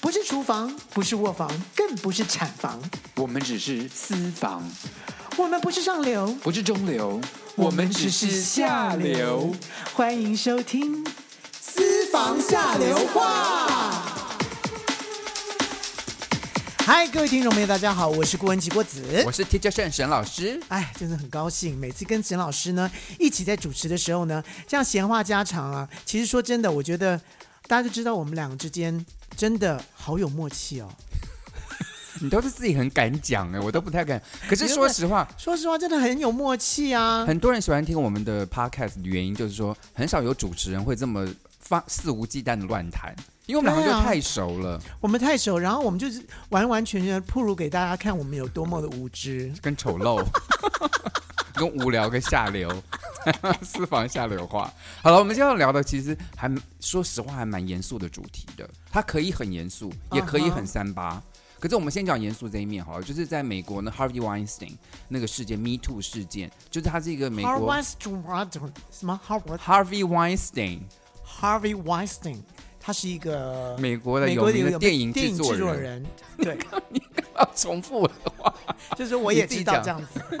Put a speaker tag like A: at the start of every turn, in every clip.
A: 不是厨房，不是卧房，更不是产房，
B: 我们只是私房，
A: 我们不是上流，
B: 不是中流，我们只是下流。。
A: 欢迎收听《私房下流话》。嗨，各位听众朋友，大家好，我是顾文琪郭子
B: 我。是 Teacher 沈沈老师，
A: 哎，真的很高兴，每次跟沈老师呢一起在主持的时候呢，这样闲话家常啊。其实说真的，我觉得大家就知道我们两个之间真的好有默契哦。
B: 你都是自己很敢讲哎，我都不太敢。可是
A: 你
B: 说实话，
A: 说实话，真的很有默契啊。
B: 很多人喜欢听我们的 podcast 的原因就是说，很少有主持人会这么放肆无忌惮的乱谈，因为我们两个
A: 对
B: 就
A: 啊
B: 太熟了，
A: 我们太熟，然后我们就是完完全全的铺露给大家看我们有多么的无知。
B: 跟丑陋。 跟无聊跟下流， 私房下流话。好了，我们今天要聊的其实还说实话还蛮严肃的主题的，它可以很严肃，也可以
A: 嗯哼
B: 很三八。可是我们先讲严肃这一面好了，就是在美国呢，Harvey Weinstein 那个事件，Me Too 事件，就是他是一个美
A: Harvey
B: 国
A: Weinstein 什么 Harvard
B: Harvey Weinstein
A: Harvey Weinstein，他是一个
B: 美国的
A: 美
B: 有
A: 国的
B: 名
A: 一
B: 的
A: 个
B: 电影
A: 电
B: 制
A: 影
B: 作
A: 制作
B: 人，
A: 人，对，
B: 要 重复我的话，
A: 就是我
B: 你
A: 也
B: 自己
A: 知道
B: 讲
A: 这样子。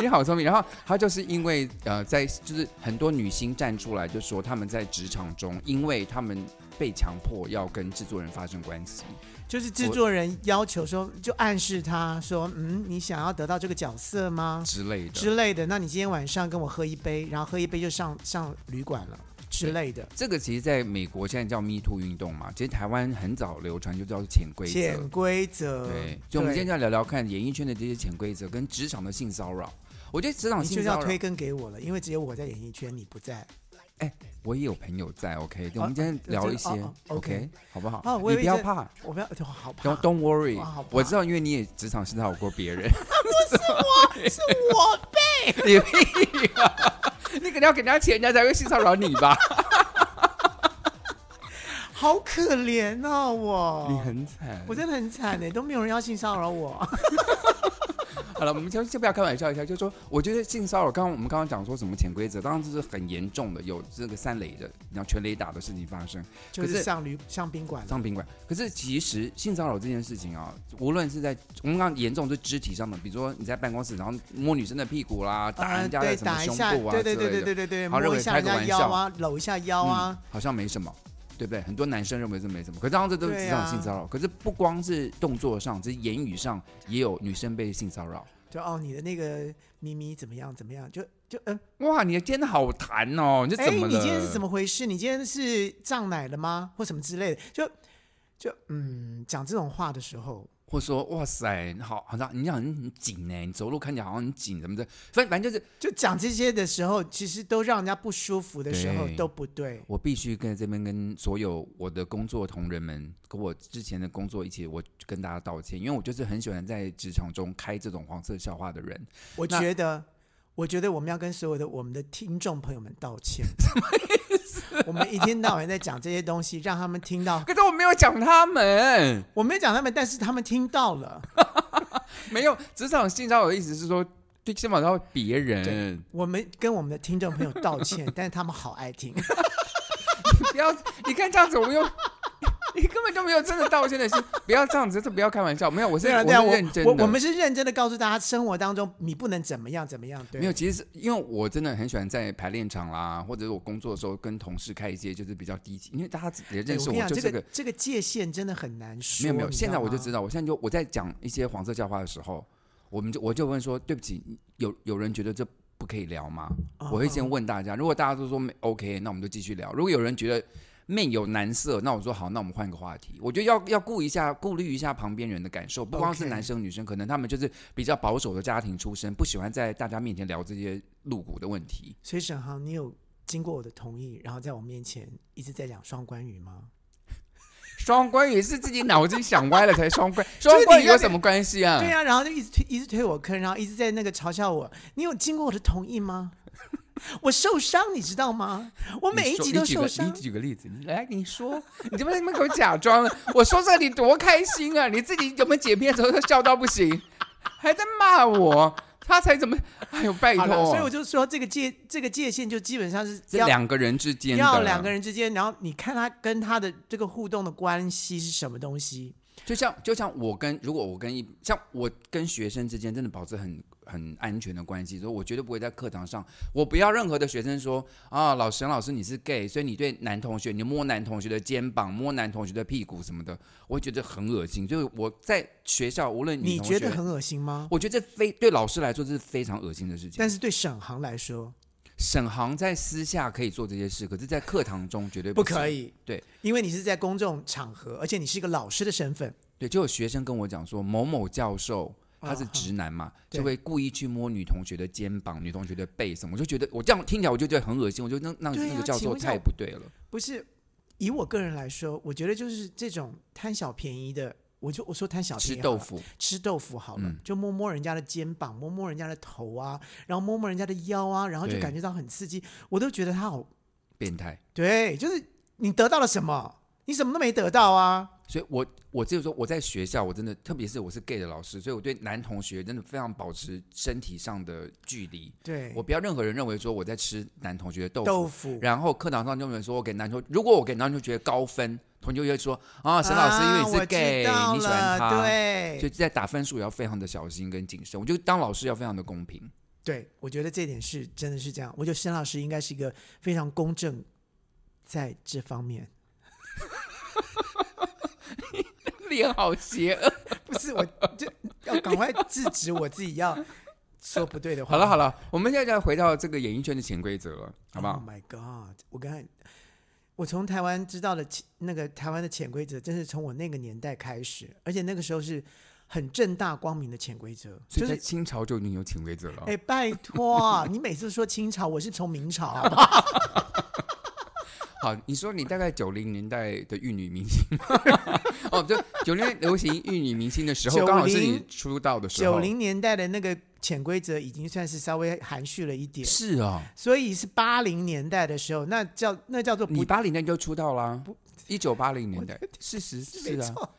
B: 你好聪明。然后他就是因为呃，在就是很多女星站出来就说他们在职场中，因为他们被强迫要跟制作人发生关系，
A: 就是制作人要求说，就暗示他说，嗯，你想要得到这个角色吗？
B: 之类的。
A: 之类的。那你今天晚上跟我喝一杯，然后喝一杯就上上旅馆了之类的。
B: 这个其实在美国现在叫 Me Too 运动嘛，其实台湾很早流传就叫做潜规则
A: 潜。规则，
B: 对，所以我们今天就要聊聊看演艺圈的这些潜规则跟职场的性骚扰。我觉得职场
A: 你就
B: 性
A: 是要
B: 骚
A: 推
B: 扰，
A: 更给我了，因为只有我在演艺圈，你不在。
B: 我也有朋友在，OK，我们今天聊一些
A: 哦哦哦
B: ，OK，
A: ，OK
B: 好不好
A: 哦？我以
B: 你
A: 为
B: 不要
A: 这
B: 怕，
A: 我不要，我好 怕。
B: Don't don't worry，
A: 哇好怕
B: 我知道，因为你也职场性骚扰过别人，
A: 是我被
B: 你屁啊你肯定要给人家钱，人家才会性骚扰你吧？
A: 好可怜啊！我，
B: 你很惨。
A: 我真的很惨哎，都没有人要性骚扰我。
B: 好了，我们先先不要开玩笑一下，就说我觉得性骚扰，刚刚我们刚刚讲说什么潜规则，当然这是很严重的，有这个三雷的，然后全雷打的事情发生，
A: 就
B: 可
A: 是
B: 是
A: 上旅上宾馆了，
B: 上宾馆。可是其实性骚扰这件事情啊，无论是在我们刚刚严重是肢体上的，比如说你在办公室，然后摸女生的屁股啦，打人家
A: 啊
B: 的
A: 对，
B: 什么
A: 打一
B: 胸
A: 下，
B: 部啊
A: 对
B: 之
A: 对
B: 类
A: 对对
B: 的，
A: 对对对，
B: 好认
A: 摸
B: 为
A: 一下
B: 开
A: 人
B: 个
A: 家
B: 玩
A: 腰
B: 笑
A: 啊，搂一下腰啊。
B: 嗯好像没什么，对不对？很多男生认为这没什么，可是当这都是职
A: 对
B: 场
A: 啊
B: 性骚扰。可是不光是动作上，这言语上也有女生被性骚扰。
A: 就哦，你的那个咪咪怎么样？怎么样？就就嗯，
B: 哇，你的天好弹哦，你这
A: 哎，
B: 怎么
A: 你
B: 了？
A: 今天是怎么回事？你今天是胀奶了吗？或什么之类的？就就嗯，讲这种话的时候，
B: 或说哇塞，好好像你好像很紧呢，你走路看起来好像很紧，怎么的？反反正就是
A: 就讲这些的时候，其实都让人家不舒服的时候
B: 对
A: 都不对。
B: 我必须跟这边跟所有我的工作同仁们，跟我之前的工作一起，我跟大家道歉，因为我就是很喜欢在职场中开这种黄色笑话的人。
A: 我
B: 那
A: 觉得，我觉得我们要跟所有的我们的听众朋友们道 歉。我们一天到晚在讲这些东西，让他们听到。
B: 可是我没有讲他们，
A: 我没有讲他们，但是他们听到了。
B: 没有职场性骚扰的意思是说对性骚扰
A: 对
B: 别人，
A: 我们跟我们的听众朋友道 歉，但是他们好爱听。
B: 不要你看这样子，我们又你根本就没有真的道歉的心，不要这样子，这不要开玩笑，没有，我是、
A: 对啊，对啊，
B: 我
A: 我
B: 是认真的
A: 我我们是认真的告诉大家，生活当中你不能怎么样怎么样。对，
B: 没有，其实是因为我真的很喜欢在排练场啦，或者是我工作的时候跟同事开一些就是比较低级，因为大家也
A: 对
B: 认识
A: 我跟你
B: 我，
A: 讲
B: 就是
A: 这
B: 个
A: 个这个界限真的很难说。
B: 没有没有。
A: 你
B: 现在我
A: 道
B: 就
A: 吗
B: 知道，我现在就我在讲一些黄色笑话的时候，我们就我就问说，对不起，有有人觉得这不可以聊吗？
A: 啊
B: 我会
A: 啊
B: 先问大家，如果大家都说没 OK，那我们就继续聊。如果有人觉得面有难色，那我说好，那我们换个话题。我觉得要要顾一下，顾虑一下旁边人的感受，不光是
A: OK
B: 男生女生，可能他们就是比较保守的家庭出身，不喜欢在大家面前聊这些露骨的问题。
A: 所以沈航，你有经过我的同意，然后在我面前一直在讲双关语吗？
B: 双关语是自己脑筋想歪了才双 关，双关语有什么关系啊？
A: 对啊，然后就一直推，一直推我坑，然后一直在那个嘲笑我。你有经过我的同意吗？ 我受伤，你知道吗？我
B: 你
A: 每一
B: 说
A: 集
B: 你
A: 都
B: 举
A: 受
B: 个
A: 伤
B: 你。举个例子，你来，你说，你这边那边给我假装了，我说这你多开心啊！你自己有没有剪片的时候都笑到不行，还在骂我。他才怎么？哎呦，拜
A: 好
B: 托！
A: 了，所以我就说这个界这个界限就基本上是
B: 这
A: 要
B: 两个人之间的
A: 要两个，人之间，然后你看他跟他的这个互动的关系是什么东西，
B: 就像就像我跟如果我跟一像我跟学生之间真的保持很很安全的关系，所以我绝对不会在课堂上，我不要任何的学生说啊，老沈老师你是 gay，所以你对男同学你摸男同学的肩膀、摸男同学的屁股什么的，我会觉得很恶心。就是我在学校无论女
A: 你
B: 嗯同
A: 觉
B: 学，
A: 得很恶心吗？
B: 我觉得这非对老师来说这是非常恶心的事情。
A: 但是对沈航来说
B: 沈航在私下可以做这些事，可是，在课堂中绝对
A: 不
B: 行
A: 可以，
B: 对，
A: 因为你是在公众场合，而且你是一个老师的身份，
B: 对，就有学生跟我讲说，某某教授他
A: 哦
B: 是直男嘛，
A: 啊对
B: 就会故意去摸女同学的肩膀、女同学的背什么，我就觉得我这样听起来我就觉得很恶心，我就那那
A: 对啊
B: 那个教
A: 请
B: 授
A: 问一下
B: 太不对了。
A: 不是？以我个人来说，我觉得就是这种贪小便宜的，我就我说贪小
B: 吃
A: 便宜好
B: 豆
A: 了
B: 腐，
A: 吃豆腐好了，
B: 嗯
A: 就摸摸人家的肩膀，摸摸人家的头啊，然后摸摸人家的腰啊，然后就
B: 对
A: 感觉到很刺激，我都觉得他好，
B: 变态。
A: 对，就是你得到了什么？你什么都没得到啊！
B: 所以我我只有说我在学校，我真的特别是我是 gay 的老师，所以我对男同学真的非常保持身体上的距离，
A: 对，
B: 我不要任何人认为说我在吃男同学的豆腐。
A: 豆腐，
B: 然后课堂上就有人说我给男同，如果我给男同学高分，同学就会说啊，沈老师因为你
A: 啊
B: 是 gay，、
A: 我知道
B: 你喜欢他，
A: 了
B: 就
A: 对
B: 在打分数也要非常的小心跟谨慎。我觉得当老师要非常的 公平，
A: 对，我觉得这点是真的是这样。我觉得沈老师应该是一个非常公正，在这方面，
B: 脸好邪恶。
A: 不是我就要赶快制止我自己要说不对的话。
B: 好了好了，我们现在再回到这个演艺圈的潜规则了，好不好
A: o？h my God！我刚才我从台湾知道的潜那个台湾的潜规则，真是从我那个年代开始，而且那个时候是很正大光明的潜规则，
B: 所
A: 就
B: 以在哦
A: 是。
B: 清朝就已经有潜规则了。
A: 哎、拜托，你每次说清朝，我是从明 朝，好不好
B: 好，你说你大概九零年代的玉女明星， 哦，就九零年流行玉女明星的时 候，
A: 90
B: 刚好是你出道的时候。
A: 九零年代的那个潜规则已经算是稍微含蓄了一点，
B: 是哦，
A: 所以是八零年代的时候，那叫那叫做
B: 你
A: 不
B: 八零年就出道啦，一九八零年代，事实
A: 没
B: 是啊，
A: 错。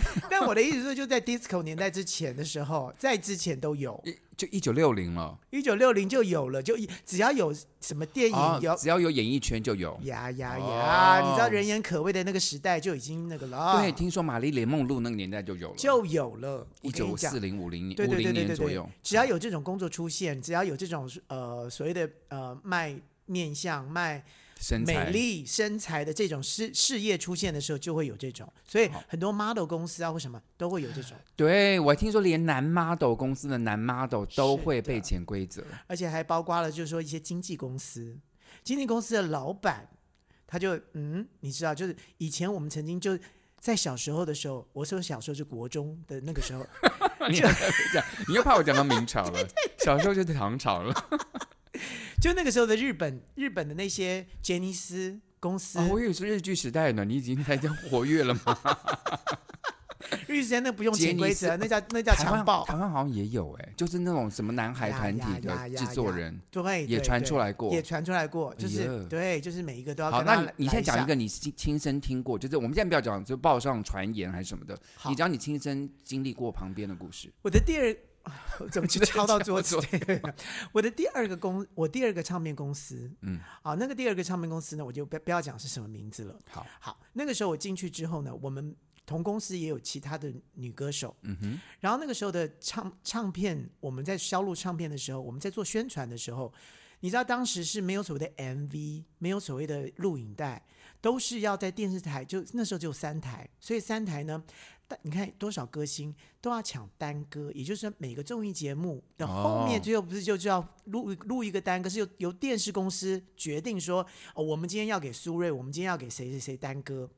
A: 但我的意思是，就在 disco 年代之前的时候，在之前都有，
B: 一就一九六零了，
A: 一九六零就有了，就一只要有什么电
B: 啊
A: 影哎有，
B: 只要有演艺圈就有。
A: 呀呀
B: 哦
A: 呀！你知道人言可畏的那个时代就已经那个了，
B: 对，听说玛丽莲梦露那个年代就有了，
A: 就有了。
B: 一
A: 我跟
B: 九
A: 你讲
B: 四，零五零年
A: 对
B: 五
A: 对对
B: 零
A: 对
B: 年
A: 对
B: 左
A: 对
B: 右，，
A: 只要有这种工作出现，只要有这种呃所谓的呃卖面相、卖
B: 身材
A: 美丽身材的这种事事业出现的时候，就会有这种。所以
B: 好
A: 很多 model 公司啊或什么都会有这种，
B: 对我还听说连男 model 公司的男 model 都
A: 是
B: 会
A: 的
B: 被潜规 则，
A: 而且还包括了就是说一些经纪公司，经纪公司的老板，他就嗯，你知道，就是以前我们曾经就在小时候的时候，我说小时候是国中的那个时候，
B: 你又讲，你又怕我讲到明朝了，小时候就唐朝 了，
A: 就那个时候的日本，日本的那些杰尼斯公司，
B: 哦我以为是日剧时代呢，你已经在这活跃了吗？
A: 日语之间那不用
B: 杰
A: 潜
B: 尼斯
A: 规则，那叫那叫
B: 台
A: 强
B: 湾
A: 暴，
B: 台湾好像也有哎，就是那种什么男孩
A: 呀
B: 团体
A: 呀呀
B: 的
A: 呀
B: 制作
A: 呀
B: 人
A: 对，
B: 也
A: 对
B: 传
A: 对
B: 出来过，
A: 也传出来过，就是、
B: 哎呀
A: 对，就是每一个都要
B: 好，
A: 跟他
B: 那你你
A: 来
B: 现在讲一
A: 下
B: 个你亲亲身听过，就是我们现在不要讲就报上传言还是什么的，
A: 好
B: 你讲你亲身经历过旁边的故事。
A: 我的第二， 我怎么 去敲到桌子
B: 敲？
A: 对 我的第二个公，我第二个唱片公司，
B: 嗯，
A: 好，那个第二个唱片公司呢，我就不不要讲是什么名字了。
B: 好，
A: 好，那个时候我进去之后呢，我们同公司也有其他的女歌手，
B: 嗯哼，
A: 然后那个时候的唱唱片，我们在销路唱片的时候，我们在做宣传的时候，你知道当时是没有所谓的 MV，没有所谓的录影带，都是要在电视台，就那时候只有三台，所以三台呢，但你看多少歌星都要抢单歌，也就是说每个综艺节目的后面
B: 哦
A: 最后不是就就要录录一个单歌，是由由电视公司决定说，哦，我们今天要给苏芮，我们今天要给谁谁谁单歌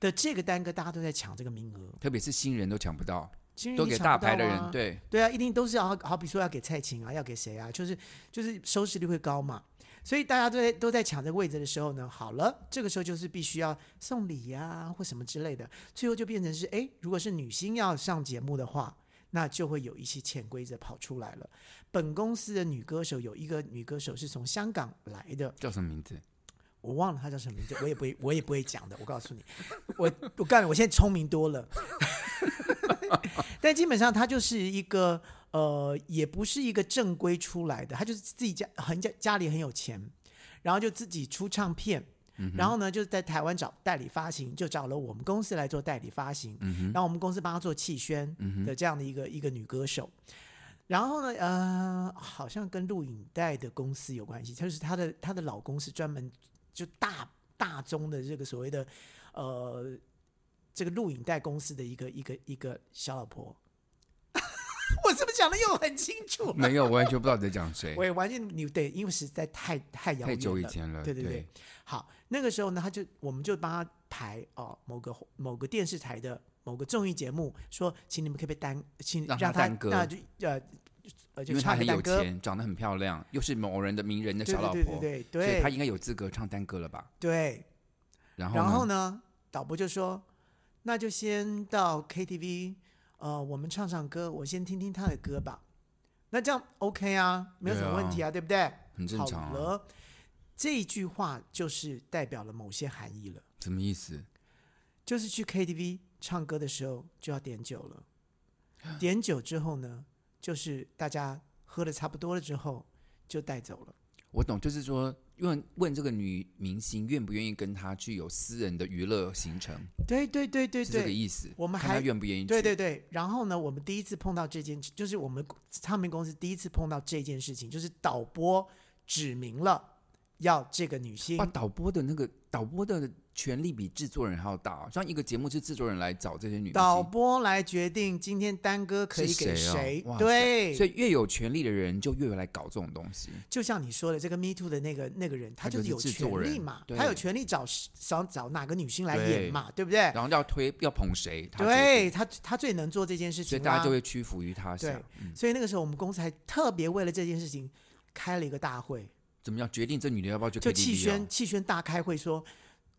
A: 的这个单歌，大家都在抢这个名额，
B: 特别是新人都抢不到，
A: 其实
B: 都
A: 你
B: 给
A: 抢不
B: 大牌
A: 到
B: 的
A: 啊
B: 人。对，
A: 对啊，一定都是要好比说要给蔡琴啊，要给谁啊，就是就是收视率会高嘛。所以大家都在都在抢这个位置的时候呢，好了，这个时候就是必须要送礼呀、或什么之类的，最后就变成是，哎，如果是女星要上节目的话，那就会有一些潜规则跑出来了。本公司的女歌手有一个女歌手是从香港来的，
B: 叫什么名字？
A: 我忘了她叫什么名字，我也不会我也不会讲的，我告诉你，我我告诉你，我现在聪明多了。 但基本上它就是一个呃，也不是一个正规出来的，他就是自己家很家家里很有钱，然后就自己出唱片，
B: 嗯
A: 然后呢就在台湾找代理发行，就找了我们公司来做代理发行，
B: 嗯
A: 然后我们公司帮他做气宣的这样的一个、一个女歌手。然后呢，呃，好像跟录影带的公司有关系，就是她的她的老公是专门就大大宗的这个所谓的呃这个录影带公司的一个一个一个小老婆。 我是不是讲的又很清 楚？
B: 没有，我完全不知道你在讲谁
A: 我，也完全你对，因为实在太太遥
B: 太
A: 远
B: 久以
A: 了。
B: 前了。
A: 对对
B: 对
A: 对好，那个时候呢，他就我们就帮他排哦某个某个电视台的某个综艺节目，说请你们可不可以单，请
B: 让他
A: 他
B: 耽搁
A: 那就呃呃
B: 因
A: 就
B: 为她
A: 唱
B: 很
A: 个
B: 有
A: 单歌，
B: 钱，长得很漂亮，又是某人的名人的
A: 对
B: 小老
A: 对
B: 婆，
A: 对对对
B: 所以她
A: 对
B: 应该有资格唱单歌了吧？
A: 对。
B: 然后呢
A: 然后呢，导播就说那就先到 KTV，呃，我们唱唱歌，我先听听他的歌吧。那这样 OK 啊，没有什么问题啊，对不对？
B: 很正常、
A: 好
B: 啊，
A: 了，这一句话就是代表了某些含义了，
B: 什么意思？
A: 就是去 KTV 唱歌的时候就要点酒了，点酒之后呢，就是大家喝的差不多了之后就带走了。
B: 我懂，就是说问问这个女明星愿不愿意跟她去有私人的娱乐行程，
A: 对对对对
B: 是这个
A: 对。
B: 意思。
A: 我们
B: 看她
A: 还
B: 愿不愿意去？
A: 对对对，然后呢，我们第一次碰到这件，就是我们唱片公司第一次碰到这件事情，就是导播指明了要这个女星
B: 哇，导播的那个导播的权力比制作人还要大、像一个节目是制作人来找这些女明
A: 导
B: 星，
A: 播来决定今天单歌可以
B: 是
A: 给
B: 谁哦
A: 谁
B: 哇。塞
A: 对，
B: 所以越有权力的人就越来搞这种东西。
A: 就像你说的，这个 Me Too 的那个那个人，他
B: 他
A: 就
B: 就是是
A: 有
B: 制作
A: 权利
B: 人
A: 嘛，
B: 对
A: 他有权利找想找哪个女星来演嘛，对不对？
B: 然后要推要捧谁，他决定，
A: 对他，他最能做这件事情
B: 所以
A: 啦
B: 大家就会屈服于他
A: 对
B: 想，嗯，
A: 所以那个时候我们公司还特别为了这件事情开了一个大会，
B: 怎么样决定这女的要不要去 KTV
A: 就
B: 啊？
A: 气宣气宣大开会说，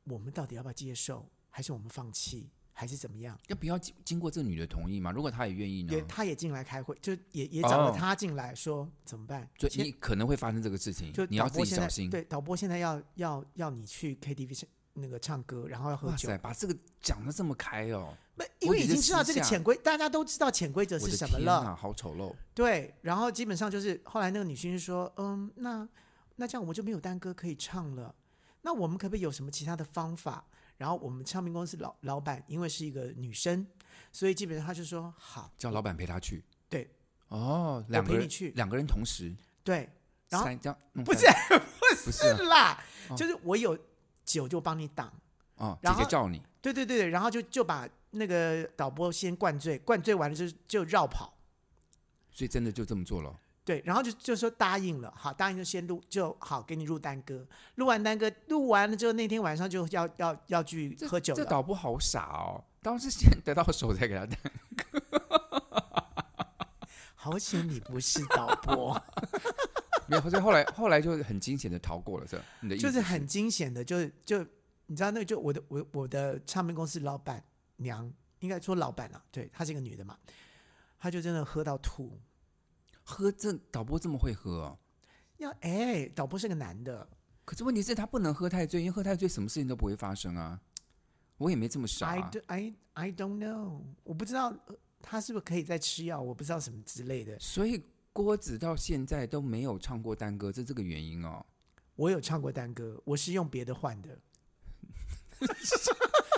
A: 我们到底要不要接受，还是我们放弃，还是怎么样？
B: 要不要经经过这女的同意嘛？如果她也愿意呢
A: 也？他也进来开会，就也也找了
B: 嗯哦
A: 他进来说怎么办？
B: 所以
A: 先
B: 你可能会发生这个事情
A: 就，
B: 你
A: 导
B: 要自
A: 播
B: 己
A: 现在
B: 小心。
A: 对导播现在要要要你去 KTV 唱那个唱歌，然后要喝
B: 哇
A: 酒。
B: 塞，把这个讲的这么开哦，
A: 不，因为
B: 问题
A: 已经
B: 是
A: 知道这
B: 私
A: 个
B: 下
A: 潜规，大家都知道潜规则
B: 我
A: 是
B: 的
A: 什么
B: 天
A: 了。
B: 啊，好丑陋！
A: 对，然后基本上就是后来那个女星就说：“嗯，那那这样我们就没有单歌可以唱了，那我们可不可以有什么其他的方法？”然后我们唱片公司老老板因为是一个女生，所以基本上她就说：“好，
B: 叫老板陪她去。
A: 对，
B: 哦，
A: 我
B: 两个
A: 陪你
B: 人
A: 去。
B: 两个人同时，”
A: 对，然后
B: 三这样弄
A: 不
B: 下
A: 是
B: 来不是啊
A: 是啦，
B: 哦
A: 就是我有酒就帮你挡。
B: 哦，姐
A: 然
B: 姐
A: 后
B: 叫你，
A: 对对对对，然后就就把那个导播先灌醉，灌醉完了就就绕跑，
B: 所以真的就这么做了。
A: 对，然后就就说答应了，好，答应就先录，就好给你录单歌，录完单歌，录完了之后那天晚上就要要要去
B: 这
A: 喝酒
B: 这
A: 了，
B: 导播好傻哦，当时先得到手再给他带。
A: 好险你不是 导播，
B: 没有，所以后来后来就很惊险的逃过了这。你的意思
A: 就是很惊险的，就就你知道那个就我的我我的唱片公司老板娘，应该说老板啊，对，她是一个女的嘛，她就真的喝到吐，
B: 喝这导播这么会喝哦，
A: 要哎，导播是个男的，
B: 可是问题是他不能喝太醉，因为喝太醉什么事情都不会发生啊。我也没这么傻、
A: I
B: 啊
A: do, I I don't know，我不知道呃他是不是可以再吃药，我不知道什么之类的。
B: 所以郭子到现在都没有唱过单歌，这这个原 因哦。
A: 我有唱过单歌，我是用别的换的，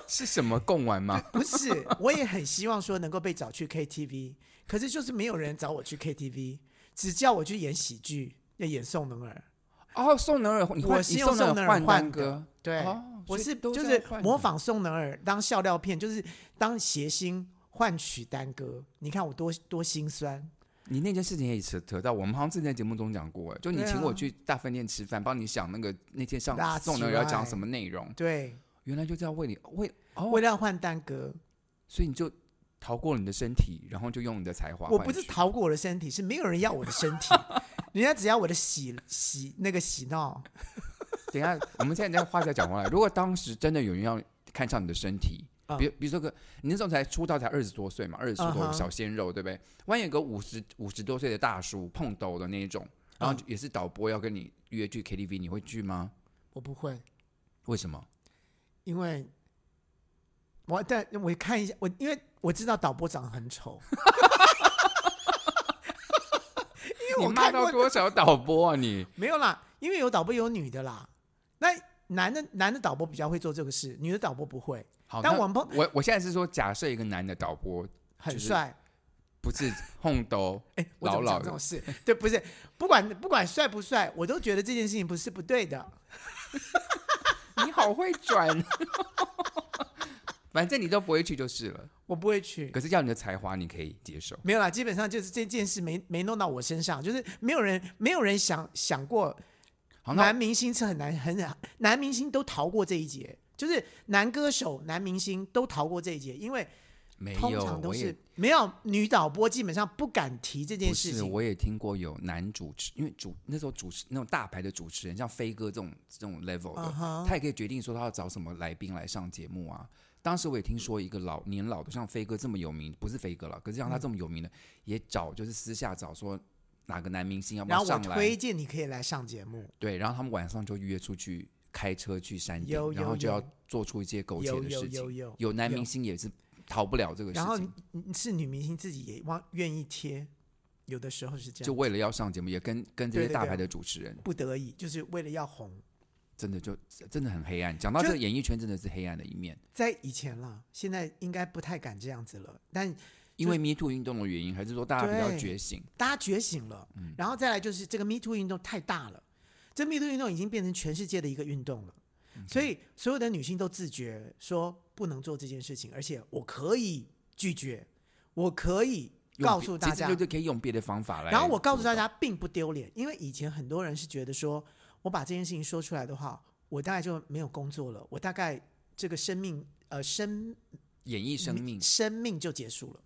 B: 是什么贡丸吗？
A: 不是。我也很希望说能够被找去 KTV，可是就是没有人找我去 KTV，只叫我去演喜剧，要演宋能儿。
B: 哦，宋能尔，你
A: 我
B: 换
A: 是
B: 你
A: 用
B: 能
A: 宋能尔
B: 尔换
A: 换
B: 单歌，
A: 对，
B: 哦
A: 我
B: 所以
A: 是
B: 都
A: 就
B: 这
A: 是
B: 样换的
A: 模仿宋能儿当笑料片，就是当谐星换取单歌。你看我多多心酸。
B: 你那件事情也扯扯到，我们好像之前在节目中讲过，哎就你
A: 对啊
B: 请我去大饭店吃饭，帮你想那个那天上
A: That's
B: 宋能尔要
A: right
B: 讲什么内容，
A: 对，
B: 原来就这样为你为哦，
A: 为了要换单歌，
B: 所以你就逃过了你的身体，然后就用你的才华换
A: 我
B: 取。
A: 不是逃过我的身体，是没有人要我的身体，人家只要我的喜喜那个喜闹。
B: 等一下，我们现在话再讲回来，如果当时真的有人要看上你的身体
A: 嗯，
B: 比比如说个，你那时候才出道才二十多岁嘛，二十出
A: 嗯
B: 头
A: 哼
B: 小鲜肉，对不对？万一有个五十五十多岁的大叔碰头的那一种，
A: 啊
B: 然后也是导播要跟你约去 KTV，你会去吗？
A: 我不会，
B: 为什么？
A: 因为我但我看一下，我因为我知道导播长得很丑， 因为
B: 你
A: 我
B: 骂
A: 看
B: 到
A: 过
B: 多少导播啊你？
A: 没有啦，因为有导播有女的啦，那男的男的导播比较会做这个事，女的导播不会，
B: 好，
A: 但
B: 哦那
A: 我们碰
B: 我我现在是说，假设一个男的导播
A: 很
B: 就是
A: 帅。
B: 不是哄兜，
A: 哎，我怎么
B: 老老
A: 讲
B: 的
A: 这种事？对，不是，不管不管帅不帅，我都觉得这件事情不是不对的。
B: 你好会转， 反正你都不会去就是了。
A: 我不会去，
B: 可是要你的才华，你可以接受。
A: 没有啦，基本上就是这件事没没弄到我身上，就是没有人没有人想想过，
B: 好，那
A: 男明星是很难很难，男明星都逃过这一劫，就是男歌手、男明星都逃过这一劫，因为
B: 没
A: 通
B: 有
A: 常，都
B: 我也
A: 是没有女导播基本上不敢提这件
B: 不
A: 事
B: 是，
A: 情。
B: 我也听过有男主持，因为主那时候主持那种大牌的主持人，像飞哥这种这种 level 的
A: 嗯哼
B: 他也可以决定说他要找什么来宾来上节目啊。当时我也听说一个老年老的，像飞哥这么有名，不是飞哥了，可是
A: 嗯
B: 像他这么有名的，也找就是私下找说哪个男明星要不
A: 然
B: 要
A: 后我
B: 上来
A: 推，荐你可以来上节目，
B: 对，然后他们晚上就约出去开车去山顶
A: 有，
B: 然
A: 有
B: 后就要
A: 有
B: 做出一些苟且
A: 有
B: 的
A: 有
B: 事情
A: 有。有，
B: 有男
A: 有
B: 明星也是逃不了这个事
A: 然后
B: 情，
A: 你是女明星自己也忘愿意贴，有的时候是这
B: 就
A: 样，
B: 为了要上节目，也跟跟这
A: 对
B: 些
A: 对
B: 大
A: 对
B: 牌的主持人。
A: 不得已就是为了要红，
B: 真的就真的很黑暗。讲到
A: 就
B: 这个演艺圈，真的是黑暗的一面，
A: 在以前啦，现在应该不太敢这样子了，但
B: 因为 Me Too 运动的原因，还是说大家比较
A: 对
B: 觉醒？
A: 大家觉醒了，
B: 嗯
A: 然后再来就是这个 Me Too 运动太大了，这 Me Too 运动已经变成全世界的一个运动了，
B: 嗯
A: 所以所有的女性都自觉说不能做这件事情，而且我可以拒绝，我可以
B: 用
A: 告
B: 别
A: 诉大
B: 其实
A: 家
B: 就，是可以用别的方法来。
A: 然后我告诉大，家并不丢脸，因为以前很多人是觉得说我把这件事情说出来的话，我大概就没有工作了，我大概这个生命呃生
B: 演艺生命
A: 生命就结束了，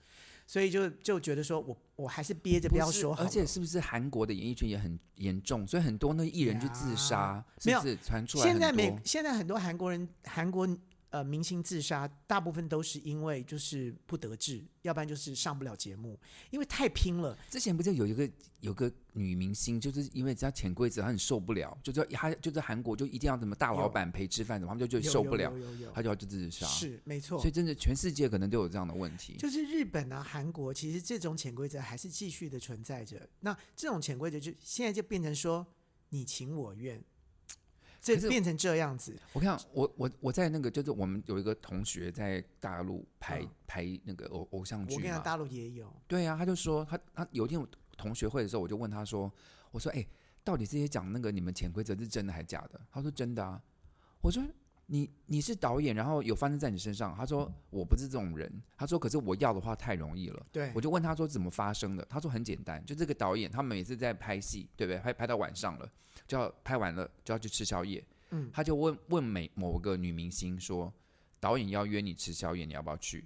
A: 所以就就觉得说我我还是憋着不要
B: 是
A: 说好
B: 而
A: 了
B: 且是不是韩国的演艺圈也很严重？所以很多那艺人去自杀
A: 呀，
B: 是不是传出来很
A: 现
B: 多？
A: 在美现在很多韩国人韩国呃明星自杀，大部分都是因为就是不得志，要不然就是上不了节目，因为太拼了。
B: 之前不就有一个有个女明星，就是因为她潜规则，她很受不了，就是她就在韩国就一定要什么大老
A: 有
B: 板陪吃饭什么，他们就
A: 有
B: 就受不了
A: 有，有有
B: 她就要去自杀。
A: 有，，是没错
B: 所以。真的全世界可能都有这样的问题。
A: 就是日本啊、韩国，其实这种潜规则还是继续的存在着。那这种潜规则就现在就变成说你情我愿，这
B: 可是
A: 变成这样子。
B: 我看我我我在那个就是我们有一个同学在大陆拍、
A: 嗯
B: 拍那个偶偶像
A: 我跟
B: 剧
A: 你讲，
B: 嘛，
A: 大陆也有，
B: 对啊，他就说他他有一天我同学会的时候，我就问他说，我说哎、到底这些讲那个你们潜规则是真的还假的？他说真的啊，我说你你是导演，然后有发生在你身上？他说我不是这种人，他说可是我要的话太容易了。
A: 对
B: 我就问他说怎么发生的，他说很简单，就这个导演他每次在拍戏，对不对？拍拍到晚上了，就要拍完了就要去吃宵夜，
A: 嗯
B: 他就问问每某个女明星说，导演要约你吃宵夜，你要不要去？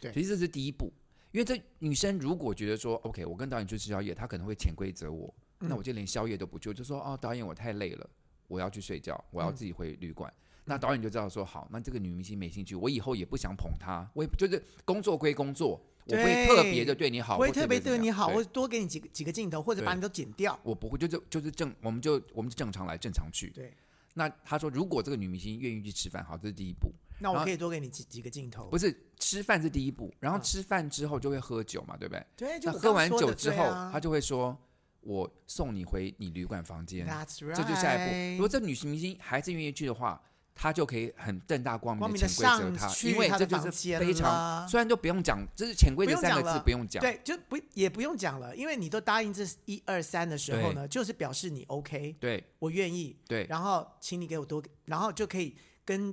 A: 对
B: 其实这是第一步，因为这女生如果觉得说 OK，我跟导演去吃宵夜，他可能会潜规则我，那
A: 嗯
B: 我就连宵夜都不去，我就说哦，导演我太累了，我要去睡觉，我要自己回旅
A: 嗯
B: 馆。那导演就知道说好，那这个女明星没兴趣，我以后也不想捧她，我也不就是工作归工作，我不会
A: 对
B: 特别的对你好，
A: 不会
B: 或
A: 特别
B: 怎
A: 对
B: 么样
A: 你好，
B: 对
A: 或者多给你几个几个镜头，或者
B: 对
A: 把你都剪掉。
B: 我不会，就是就是正，我们就我们就正常来，正常去。
A: 对，
B: 那他说，如果这个女明星愿意去吃饭，好，这是第一步，
A: 那我
B: 然后
A: 可以多给你几几个镜头
B: 不。是吃饭是第一步，然后
A: 嗯
B: 吃饭之后就会喝酒嘛，对不对？
A: 对，就
B: 那
A: 我
B: 喝
A: 刚
B: 完
A: 说
B: 酒
A: 的
B: 之
A: 对
B: 后，
A: 啊
B: 他就会说：“我送你回你旅馆房间。
A: That's right，
B: 这就下一步。如果这女明星还是愿意去的话，她就可以很正大光
A: 光
B: 明
A: 明
B: 的
A: 地
B: 潜规则
A: 上
B: 她，
A: 去
B: 因为
A: 她
B: 这
A: 的
B: 就
A: 房
B: 是
A: 间
B: 非常
A: 啦
B: 虽然都不用讲，就是潜规
A: 不
B: 则
A: 用
B: 三
A: 讲
B: 个字
A: 了
B: 不用讲，
A: 对，就不也不用讲了，因为你都答应这一二三的时候呢，就是表示你 OK，
B: 对
A: 我愿意，
B: 对，
A: 然后请你给我多给，然后就可以跟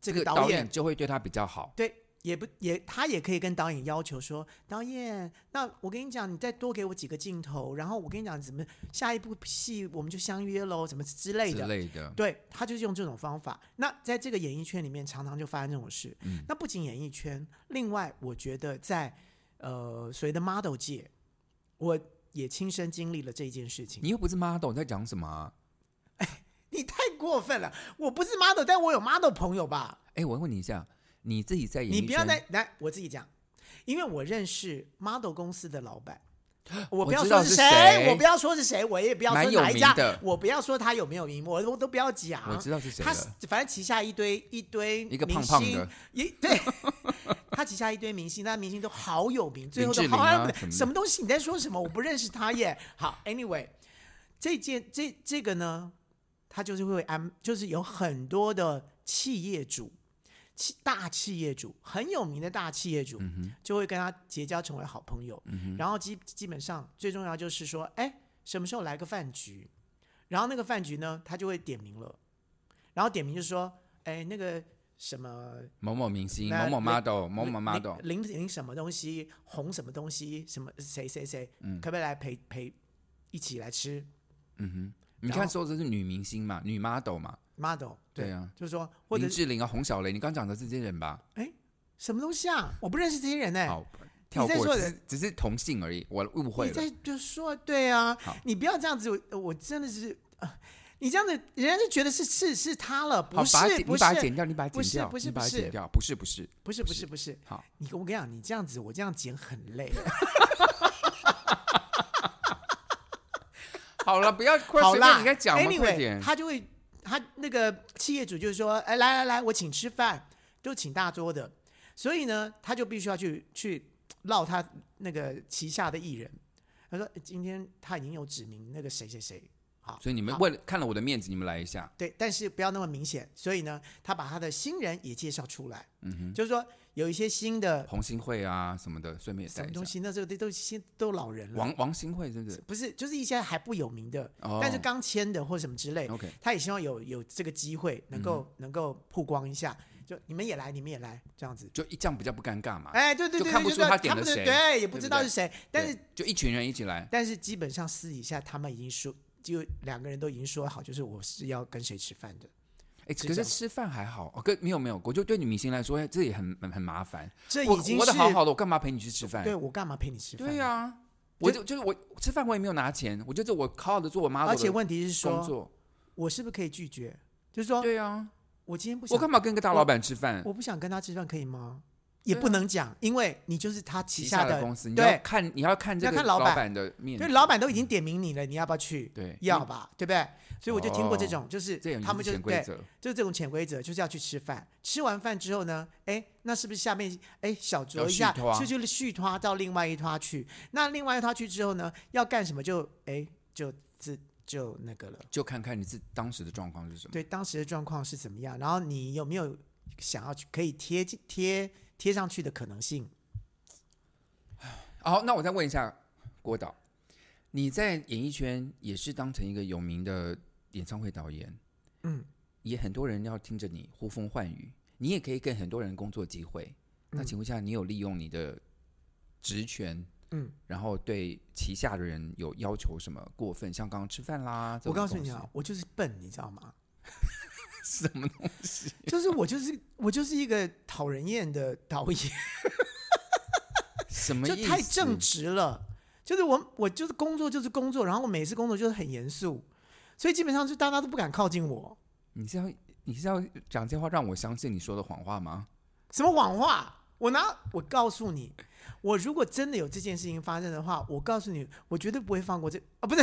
A: 这
B: 个
A: 个
B: 导
A: 导
B: 演
A: 演，
B: 就会对她比较好。
A: 对，也不也他也可以跟导演要求说，导演，那我跟你讲，你再多给我几个镜头，然后我跟你讲怎么下一部戏我们就相约喽，什么之类
B: 之
A: 的。
B: 类的，
A: 对，他就是用这种方法。那在这个演艺圈里面，常常就发生这种事。
B: 嗯
A: 那不仅演艺圈，另外我觉得在呃所谓的 model 界，我也亲身经历了这件事情。
B: 你又不是 model，你在讲什么、啊？
A: 你太过分了！我不是 model，但我有 model 朋友吧？
B: 哎，我问你一下，你自己在演艺
A: 你
B: 圈，
A: 不要再来，我自己讲，因为我认识 model 公司的老板，我不要
B: 知
A: 说
B: 道
A: 是
B: 是
A: 谁，
B: 谁
A: 我不要说是谁，我也不要
B: 蛮
A: 说
B: 有
A: 哪一
B: 名
A: 家
B: 的，
A: 我不要说他有没有名，我都都不要
B: 我
A: 讲。啊
B: 知道是谁
A: 他
B: 了，
A: 反正旗下一堆一堆
B: 一个
A: 明
B: 胖胖
A: 星
B: 的，
A: 一 对，他旗下一堆明星，那明星都好有名，最后都
B: 林志
A: 好
B: 玲
A: 像
B: 啊什么的
A: 什么东西你在说什么？我不认识他耶。好，anyway，这件这这个呢，他就是会安，就是有很多的企业主。企大企业主很有名的大企业
B: 嗯
A: 主，就会跟他结交成为好朋友。然后基基本上最重要就是说，哎，什么时候来个饭局？然后那个饭局呢，他就会点名了，然后点名就说，哎，那个什么
B: 某某明星、
A: 那
B: 某某
A: 那
B: model、某某
A: 零
B: model，
A: 零零什么东西，红什么东西，什么谁谁谁，
B: 嗯
A: 可不可以来陪陪一起来吃
B: 你
A: 然
B: 看
A: 后
B: 说的是女明星嘛，女 model 嘛，
A: model？
B: 对啊，
A: 就是说或者
B: 林
A: 是
B: 志玲啊、洪小雷，你刚讲的是这些人吧？
A: 什么东西啊，我不认识这些人呢、
B: 好，跳
A: 在
B: 过，
A: 说
B: 只
A: 的
B: 是只是同性而已，我误会
A: 你
B: 了。
A: 在就说对啊
B: 好，
A: 你不要这样子，我我真的是，啊你这样子，人家就觉得是是是他了，
B: 好，
A: 不是
B: 把它剪，
A: 不
B: 你
A: 是
B: 把它剪掉，你把它
A: 不
B: 剪
A: 是
B: 掉，
A: 不是
B: 你把它
A: 不
B: 剪
A: 是
B: 掉，不是不是，
A: 不是不是不是，
B: 好，
A: 你我跟你讲，你这样子，我这样剪很 累。
B: 好了，不 要快
A: 好
B: 随
A: 啦，
B: 便你该讲嘛，快
A: anyway，
B: 点。
A: 他就会他那个企业主就说：“哎，来来来，我请吃饭，就请大桌的。”所以呢，他就必须要去去唠他那个旗下的艺人。他说：“今天他已经有指名那个谁谁谁，好，
B: 所以你们
A: 好
B: 为了看了我的面子，你们来一下，
A: 对，但是不要那么明显。所以呢，他把他的新人也介绍出来，嗯哼，就是说有一些新的
B: 红星会啊什么的，顺便也
A: 什
B: 带
A: 么
B: 一
A: 东
B: 下。
A: 西，那时候都都新都老人了，
B: 王王星会是不是？
A: 不是，就是一些还不有名的，
B: 哦，
A: 但是刚签的或什么之类。
B: OK，
A: 他也希望有有这个机会能
B: 嗯
A: 够、能够曝光一下，就你们也来，你们也来这样子。
B: 就一这样比较不尴尬嘛。
A: 哎，对对
B: 啊就
A: 对，
B: 看不
A: 对
B: 出
A: 对
B: 他点
A: 看
B: 了
A: 不出
B: 谁
A: 对，也不
B: 对
A: 知
B: 不
A: 道
B: 对
A: 是谁，但是
B: 对就一群人一起来，
A: 但是基本上私底下他们已经说，就两个人都已经说好，就是我是要跟谁吃饭的，
B: 哎，
A: 是
B: 可
A: 这
B: 是
A: 样
B: 吃饭还好，哦，跟没有没有，我就对女明星来说，哎这也很很很麻烦。
A: 这
B: 我
A: 已经
B: 活
A: 是
B: 得好好的，我干嘛陪你去吃饭？
A: 对我干嘛陪你吃饭？
B: 对、啊呀，我就就是我吃饭我也没有拿钱，我就是我好好的做我妈
A: 而
B: 的
A: 且
B: 工
A: 问题是说，
B: 作。
A: 我是不是可以拒绝？就是说
B: 对呀，
A: 我今天不想
B: 我干嘛跟个大老板吃饭？
A: 我不想跟他吃饭，可以吗？也
B: 对啊
A: 不能讲，因为你就是他旗
B: 旗
A: 下
B: 的
A: 的
B: 公司，你
A: 对
B: 要看你要看这
A: 要
B: 个
A: 看老板
B: 板的面
A: 对，
B: 子，
A: 老板都已经点名你了，你要不要去？
B: 嗯对
A: 要吧，对不对？所以我就听过这
B: 哦
A: 种，就是
B: 这种
A: 他们就
B: 潜规
A: 对，
B: 则。
A: 就是这种潜规则，就是要去吃饭。吃完饭之后呢，哎，那是不是下面哎小酌
B: 有
A: 一
B: 续
A: 下，
B: 托啊
A: 就去续拖到另外一拖去？那另外一拖去之后呢，要干什么就哎就自就那个了。
B: 就看看你自当时的状况是什么。
A: 对，当时的状况是怎么样？然后你有没有想要去可以贴近贴贴上去的可能性？
B: 好，那我再问一下郭导，你在演艺圈也是当成一个有名的演唱会导演，
A: 嗯，
B: 也很多人要听着你呼风唤雨，你也可以跟很多人工作机会。那请问一下，你有利用你的职权，
A: 嗯，
B: 然后对旗下的人有要求什么过分？像刚刚吃饭啦，这
A: 我
B: 种
A: 告诉
B: 东
A: 你
B: 西
A: 啊，，我就是笨，你知道吗？
B: 什么东西？
A: 就是我就是我就是一个讨人厌的导演。
B: 什么
A: 就
B: 意思？
A: 太正直了。就是我我就是工作就是工作，然后我每次工作就是很严肃，所以基本上就大家都不敢靠近我。
B: 你是要你是要讲这话让我相信你说的谎话吗？
A: 什么谎话？我拿我告诉你，我如果真的有这件事情发生的话，我告诉你，我绝对不会放过这啊，不对，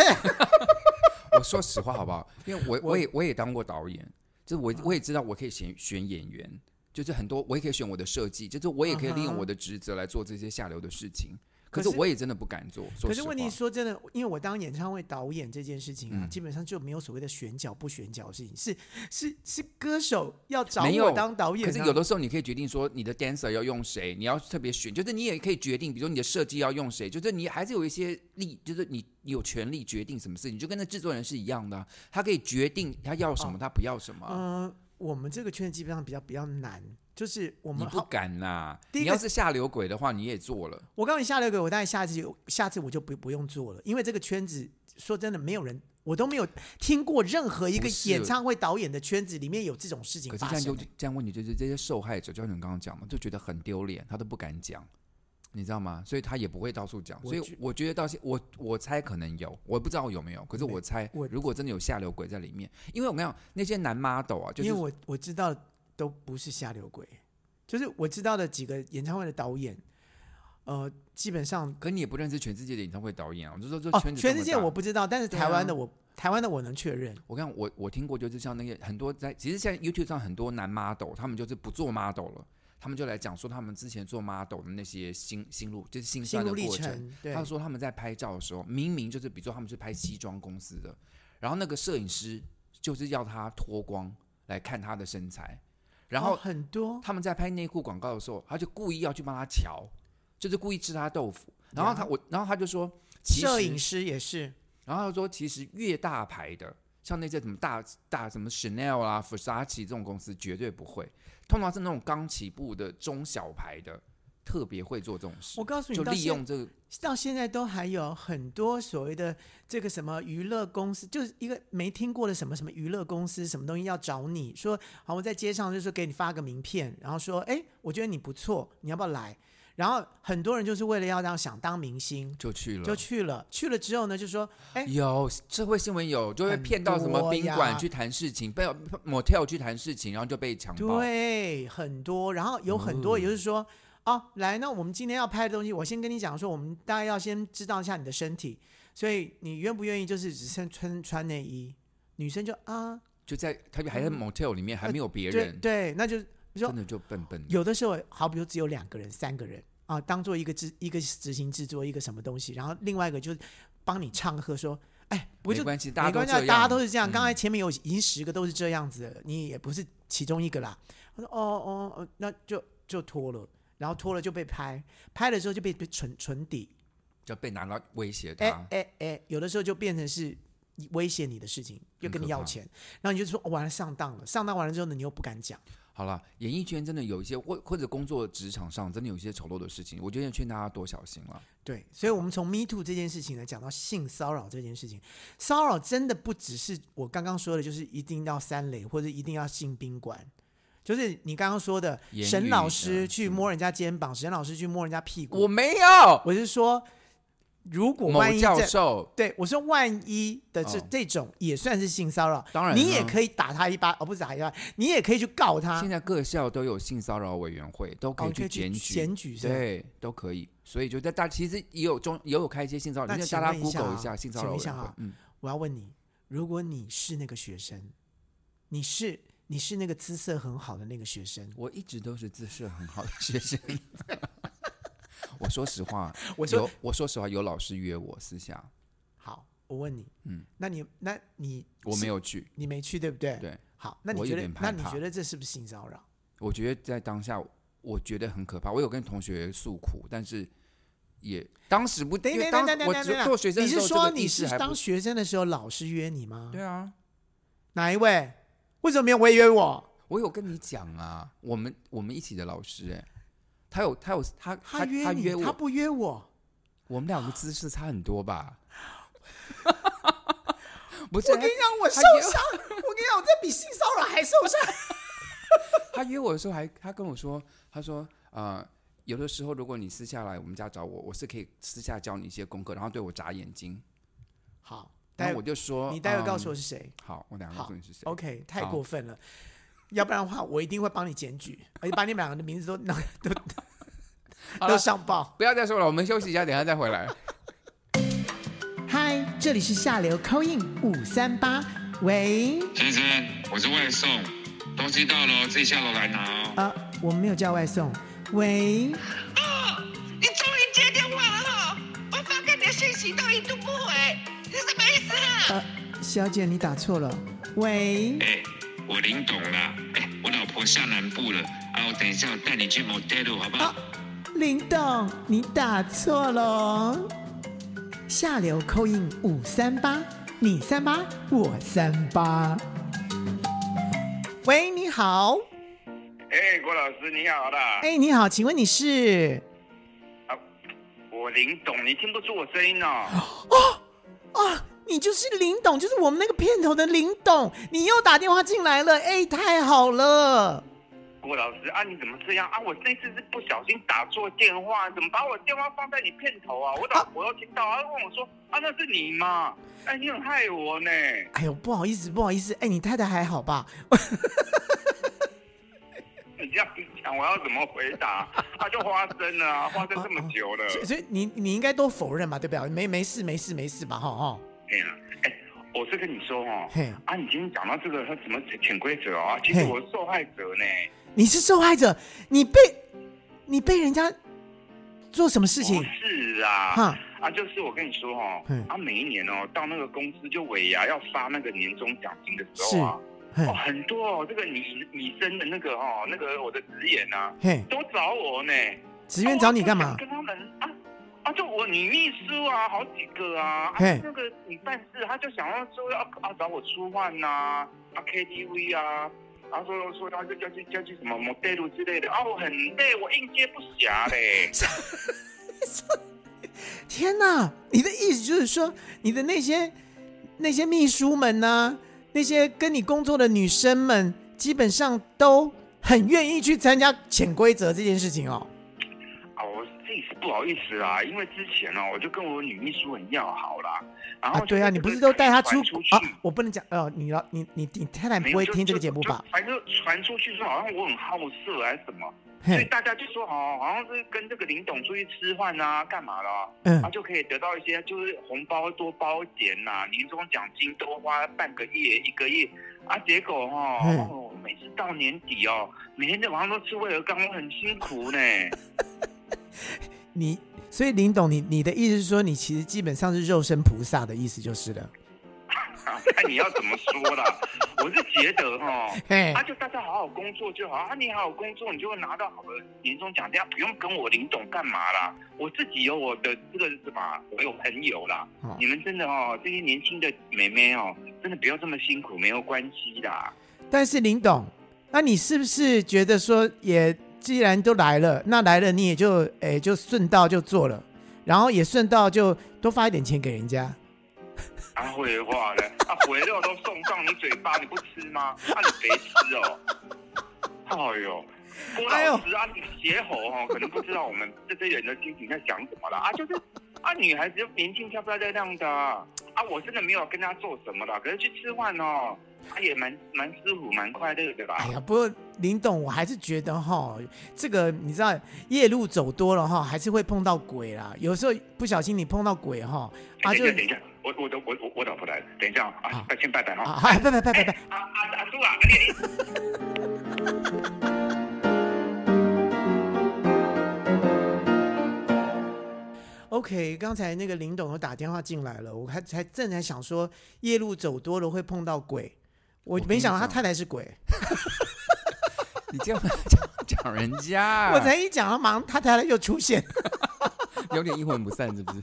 B: 我说实话好不好？因为我
A: 我
B: 我也我也当过导演，就是我我也知道我可以选选演员，就是很多我也可以选我的设计，就是我也可以利
A: 嗯
B: 用
A: 哼
B: 我的职责来做这些下流的事情。
A: 可
B: 可
A: 是
B: 是我也真的不敢做。说
A: 可是
B: 实话
A: 问题说真的，因为我当演唱会导演这件事情啊，
B: 嗯
A: 基本上就没有所谓的选角不选角的事情，是是是歌手要找
B: 没
A: 我
B: 有
A: 当导演、啊，
B: 可是有的时候你可以决定说你的 dancer 要用谁，你要特别选，就是你也可以决定，比如说你的设计要用谁，就是你还是有一些力，就是你你有权利决定什么事情，就跟那制作人是一样的啊、他可以决定他要什么，他不要什么啊。
A: 哦嗯、我们这个圈子基本上比较比较难，就是我
B: 你
A: 们
B: 不
A: 好，
B: 敢啦！
A: 第一
B: 你
A: 个
B: 要是下流鬼的话，你也做了。
A: 我告诉你，下流鬼，我大概下次有，下次我就不不用做了，因为这个圈子说真的，没有人，我都没有听过任何一个
B: 不是
A: 演唱会导演的圈子里面有这种事情
B: 可是
A: 发
B: 这样
A: 生
B: 就。这样问题就是这些受害者，就像你刚刚讲的，就觉得很丢脸，他都不敢讲，你知道吗？所以他也不会到处讲。
A: 我
B: 所以
A: 觉
B: 我觉得到现我我猜可能有，我不知道有没有，可是
A: 没
B: 我猜
A: 我
B: 如果真的有下流鬼在里面，因为我跟你讲那些男 model 啊，就
A: 因为
B: 是
A: 我我知道都不是下流鬼，就是我知道的几个演唱会的导演，呃，基本上
B: 可你也不认识全世界的演唱会导演啊，我就说这
A: 哦
B: 圈，子这
A: 全
B: 么
A: 世界
B: 大
A: 我不知道，但是
B: 对
A: 台湾
B: 啊
A: 的我、台湾的我能确认，
B: 我看我我听过，就是像那个很多在，其实现在 YouTube 上很多男 model，他们就是不做 model 了，他们就来讲说他们之前做 model 的那些心心路，就是心
A: 心
B: 酸的
A: 路历
B: 过程。
A: 程，对
B: 他，说他们在拍照的时候，明明就是比如说他们是拍西装公司的，然后那个摄影师就是要他脱光来看他的身材，然
A: 哦
B: 后
A: 很多
B: 他们在拍内裤广告的时候，他就故意要去帮他瞧，就是故意吃他豆腐。然后他我，然后他就说，其实
A: 摄影师也是，
B: 然后他说，其实越大牌的，像那些什么大大什么 Chanel 啊、Versace 这种公司绝对不会，通常是那种刚起步的中小牌的，特别会做这种事
A: 我，告诉你，
B: 就
A: 到
B: 利
A: 现
B: 用这个
A: 到现在都还有很多所谓的这个什么娱乐公司，就是一个没听过的什么什么娱乐公司，什么东西要找你说，哎好，我在街上就说给你发个名片，然后说，哎，我觉得你不错，你要不要来？然后很多人就是为了要让想当明星，
B: 就去了。
A: 就去了，去了之后呢，就说，哎，
B: 有社会新闻有，就会
A: 很
B: 骗到什么
A: 多
B: 宾
A: 呀
B: 馆去谈事情，被 motel 去谈事情，然后就被强暴。
A: 对，很多，嗯然后有很多，也就是说，哦，来，那我们今天要拍的东西，我先跟你讲说，我们大概要先知道一下你的身体，所以你愿不愿意就是只穿穿穿内衣？女生就啊，
B: 就在特别还在 motel 里面，还没有
A: 嗯
B: 别
A: 对
B: 人，
A: 对，那就你说
B: 真的就笨笨的。
A: 有的时候好比说只有两个人、三个人啊，当做一个制一个执行制作一个什么东西，然后另外一个就帮你唱和说，哎，不
B: 没
A: 就
B: 关系，大
A: 没
B: 家都
A: 关系啊，
B: 这样，
A: 大家都是这样。
B: 嗯
A: 刚才前面有已经十个都是这样子的，你也不是其中一个啦。我说哦哦哦，那就就脱了，然后脱了就被拍，拍了之后就被被唇唇底，
B: 就被拿到威胁他。
A: 哎哎哎，有的时候就变成是威胁你的事情，又跟你
B: 很可
A: 要
B: 怕
A: 钱，然后你就说、哦、完了上当了，上当完了之后呢，你又不敢讲。
B: 好了，演艺圈真的有一些，或或者工作职场上真的有一些丑陋的事情，我觉得劝大家多小心了。
A: 对，所以，我们从 Me Too 这件事情呢，讲到性骚扰这件事情，骚扰真的不只是我刚刚说的，就是一定要三垒或者一定要进宾馆，就是你刚刚说的，
B: 言语
A: 沈老
B: 的嗯
A: 师去摸人家肩膀，沈老师去摸人家屁股，
B: 我没有，
A: 我是说，如果
B: 某
A: 万一
B: 教
A: 这，
B: 授，
A: 对我说万一的这、
B: 哦
A: 这种也算是性骚扰，
B: 当然
A: 你也
B: 啦
A: 可以打他一巴，哦，不是打他一巴，你也可以去告他，
B: 现在各校都有性骚扰委员会，都
A: 哦，
B: 以
A: 你可
B: 去
A: 以
B: 检
A: 去
B: 举，
A: 检举是吧，
B: 对，都可以。所以就在大，其实也有中也有开一些性骚扰，
A: 那
B: 你就
A: 请
B: 大家
A: 问一下
B: Google
A: 啊
B: 一下性骚
A: 请
B: 扰
A: 问
B: 委
A: 一下
B: 员会
A: 啊，
B: 嗯，
A: 我要问你，如果你是那个学生，你是你是那个姿色很好的那个学生，
B: 我一直都是姿势很好的学 生。我说实话，
A: 我说
B: 有我说实话，有老师约我私下，
A: 好，我问你，
B: 嗯，
A: 那你那你
B: 我没
A: 有，
B: 有去。
A: 你没去对不对？
B: 对，
A: 好，那你
B: 我
A: 觉
B: 有
A: 得
B: 点
A: 那
B: 害
A: 你
B: 怕
A: 觉得这是不是性骚扰？
B: 我觉得在当下，我觉得很可怕。我有跟同学诉苦，但是也当时不，
A: 等一
B: 因为
A: 等
B: 当
A: 等等等
B: 我
A: 等
B: 只
A: 等
B: 做学生
A: 你
B: 的时
A: 是
B: 候，
A: 说
B: 这个
A: 你
B: 意识
A: 是
B: 还
A: 当
B: 不
A: 学生的时候老师约你吗？
B: 对啊，
A: 哪一位？为什么没有违约我？
B: 我有跟你讲啊，我们我们一起的老师、哎，他有他有他
A: 他约
B: 他
A: 你，
B: 约
A: 他
B: 我，
A: 不约我。
B: 我们两个姿势差很多 吧？不是，
A: 我跟你讲，我
B: 他
A: 受
B: 约
A: 伤。我跟你讲，我这比性骚扰还受伤。
B: 他约我的时候还，他跟我说，他说，呃，有的时候如果你私下来我们家找我，我是可以私下教你一些功课，然后对我眨眼睛，
A: 好，
B: 然
A: 待
B: 后我就说，嗯
A: 你待会告诉
B: 我，
A: 我是谁。
B: 好，我等一下告诉你是谁。
A: OK，太
B: 好
A: 过分了，要不然的话，我一定会帮你检举，而且把你们两个的名字都 都
B: 好
A: 都
B: 了
A: 都上报。
B: 不要再说了，我们休息一下，等一下再回来。
A: 嗨，这里是下流 Coin 五三八，喂，
C: 先生，我是外送，东西到了哦自己下楼来拿哦。
A: 呃，我们没有叫外送，喂，
D: 哦，你终于接电话了哈、我发给你的信息都一度不回，是什么意思啊？
A: 呃，小姐你打错了，喂，
C: 哎、我林董啦，哎、我老婆下南部了，啊，我等一下我带你去 motel 好不好？
A: 啊，林董你打错了哦，下流 Coin 五三八，你三八我三八，喂，你好。
E: 哎、郭老师你好啦！
A: 哎、你好，请问你是？
E: 啊，我林董，你听不出我声音哦？
A: 啊，你就是林董，就是我们那个片头的林董，你又打电话进来了，哎、太好了。
E: 郭老师啊，你怎么这样啊？我那次是不小心打错电话，怎么把我电话放在你片头啊？我老婆都听到，她问我说啊，那是你吗？哎、你很害我呢。
A: 哎呦，不好意思，不好意思，哎、你太太还好吧？
E: 你这样讲，我要怎么回答？他就花生了啊，花生这么久 了。
A: 所以所以你你应该都否认嘛，对不对？没没事没事没事吧，哈哈。
E: 哎呀，哎，我是跟你说哦
A: 嘿，
E: 啊，你今天讲到这个，他怎么潜规则啊？其实
A: 嘿
E: 我是受害者呢。
A: 你是受害者，你被你被人家做什么事情
E: 不？是啊，
A: 哈，
E: 啊，就是我跟你说哦
A: 嗯，
E: 啊，每一年哦，到那个公司就尾牙要发那个年终奖金的时
A: 是
E: 候啊，
A: 嘿
E: 哦，很多哦，这个米米生的那个哦，那个我的职员啊，
A: 嘿，
E: 都找我呢。
A: 职员找你干
E: 啊
A: 嘛
E: 我？就想跟他们啊啊，就我你秘书啊，好几个啊，啊
A: 嘿
E: 那个你办事，他就想要说要啊找我出汗呐、啊，KTV 啊。然后说说要去要去要去什么 model 之类的啊，我很累，我应接不暇嘞。
A: 天哪！你的意思就是说，你的那些那些秘书们呢、那些跟你工作的女生们，基本上都很愿意去参加潜规则这件事情哦。
E: 啊，我自己是不好意思啦，因为之前哦，我就跟我女秘书很要好啦。然
A: 啊
E: 后，
A: 对啊，你不是都带她
E: 她
A: 出
E: 出去
A: 啊？我不能讲哦，你老你你你太太不
E: 没有
A: 会
E: 就
A: 听这个
E: 就
A: 节目
E: 就
A: 吧？
E: 反正传出去说好像我很好色还是什么，所以
A: 嘿，
E: 大家就说哦，好像是跟这个林董出去吃饭啊，干嘛的啊，
A: 嗯
E: 然后，就可以得到一些就是红包多包点呐、年终奖金多花半个月一个月啊，结果哦，
A: 嗯
E: 哦每次到年底哦，每天在晚上都吃威尔刚，我很辛苦呢。
A: 你所以林董，你你的意思是说，你其实基本上是肉身菩萨的意思就是了。
E: 啊看你要怎么说 啦，我是觉得哈、哦。
A: 嘿
E: 啊，，就大家好好工作就好啊！你好好工作，你就会拿到好的年终奖金，啊不用跟我林董干嘛啦。我自己有我的这个什么，我有朋友啦。
A: 哦
E: 你们真的哦，这些年轻的妹妹哦，真的不要这么辛苦，没有关系啦。
A: 但是林董，那你是不是觉得说，也既然都来了，那来了你也就诶、就顺道就做了，然后也顺道就多发一点钱给人家。
E: 啊，会的话呢，啊，肥肉都送上你嘴巴，你不吃吗？啊，你别吃哦。哎呦，郭老师啊，你邪吼哦，可能不知道我们这些人的心情在想什么了啊，就是啊，女孩子就年轻漂漂亮亮的啊，啊我真的没有跟她做什么啦，可是去吃饭哦，啊也蛮蛮舒服，蛮快乐的啦。
A: 哎呀，不过林董，我还是觉得哈，这个你知道，夜路走多了哈，还是会碰到鬼啦。有时候不小心你碰到鬼哈，啊
E: 哎等
A: 就
E: 一下，等一下，我我的我我我老婆来了，等一下啊，啊先拜拜
A: 啊，
E: 哈。
A: 拜拜拜拜
E: 哎
A: 拜。，
E: 啊啊阿叔啊，你你
A: OK，刚才那个林董有打电话进来了，我还才正在想说夜路走多了会碰到鬼，我
B: 我跟
A: 没
B: 你
A: 想到他
B: 讲
A: 太太是鬼。
B: 你 这样讲讲人家，啊
A: 我才一讲，他忙，他太太又出现。嗯
B: 有点阴魂不散，是不是？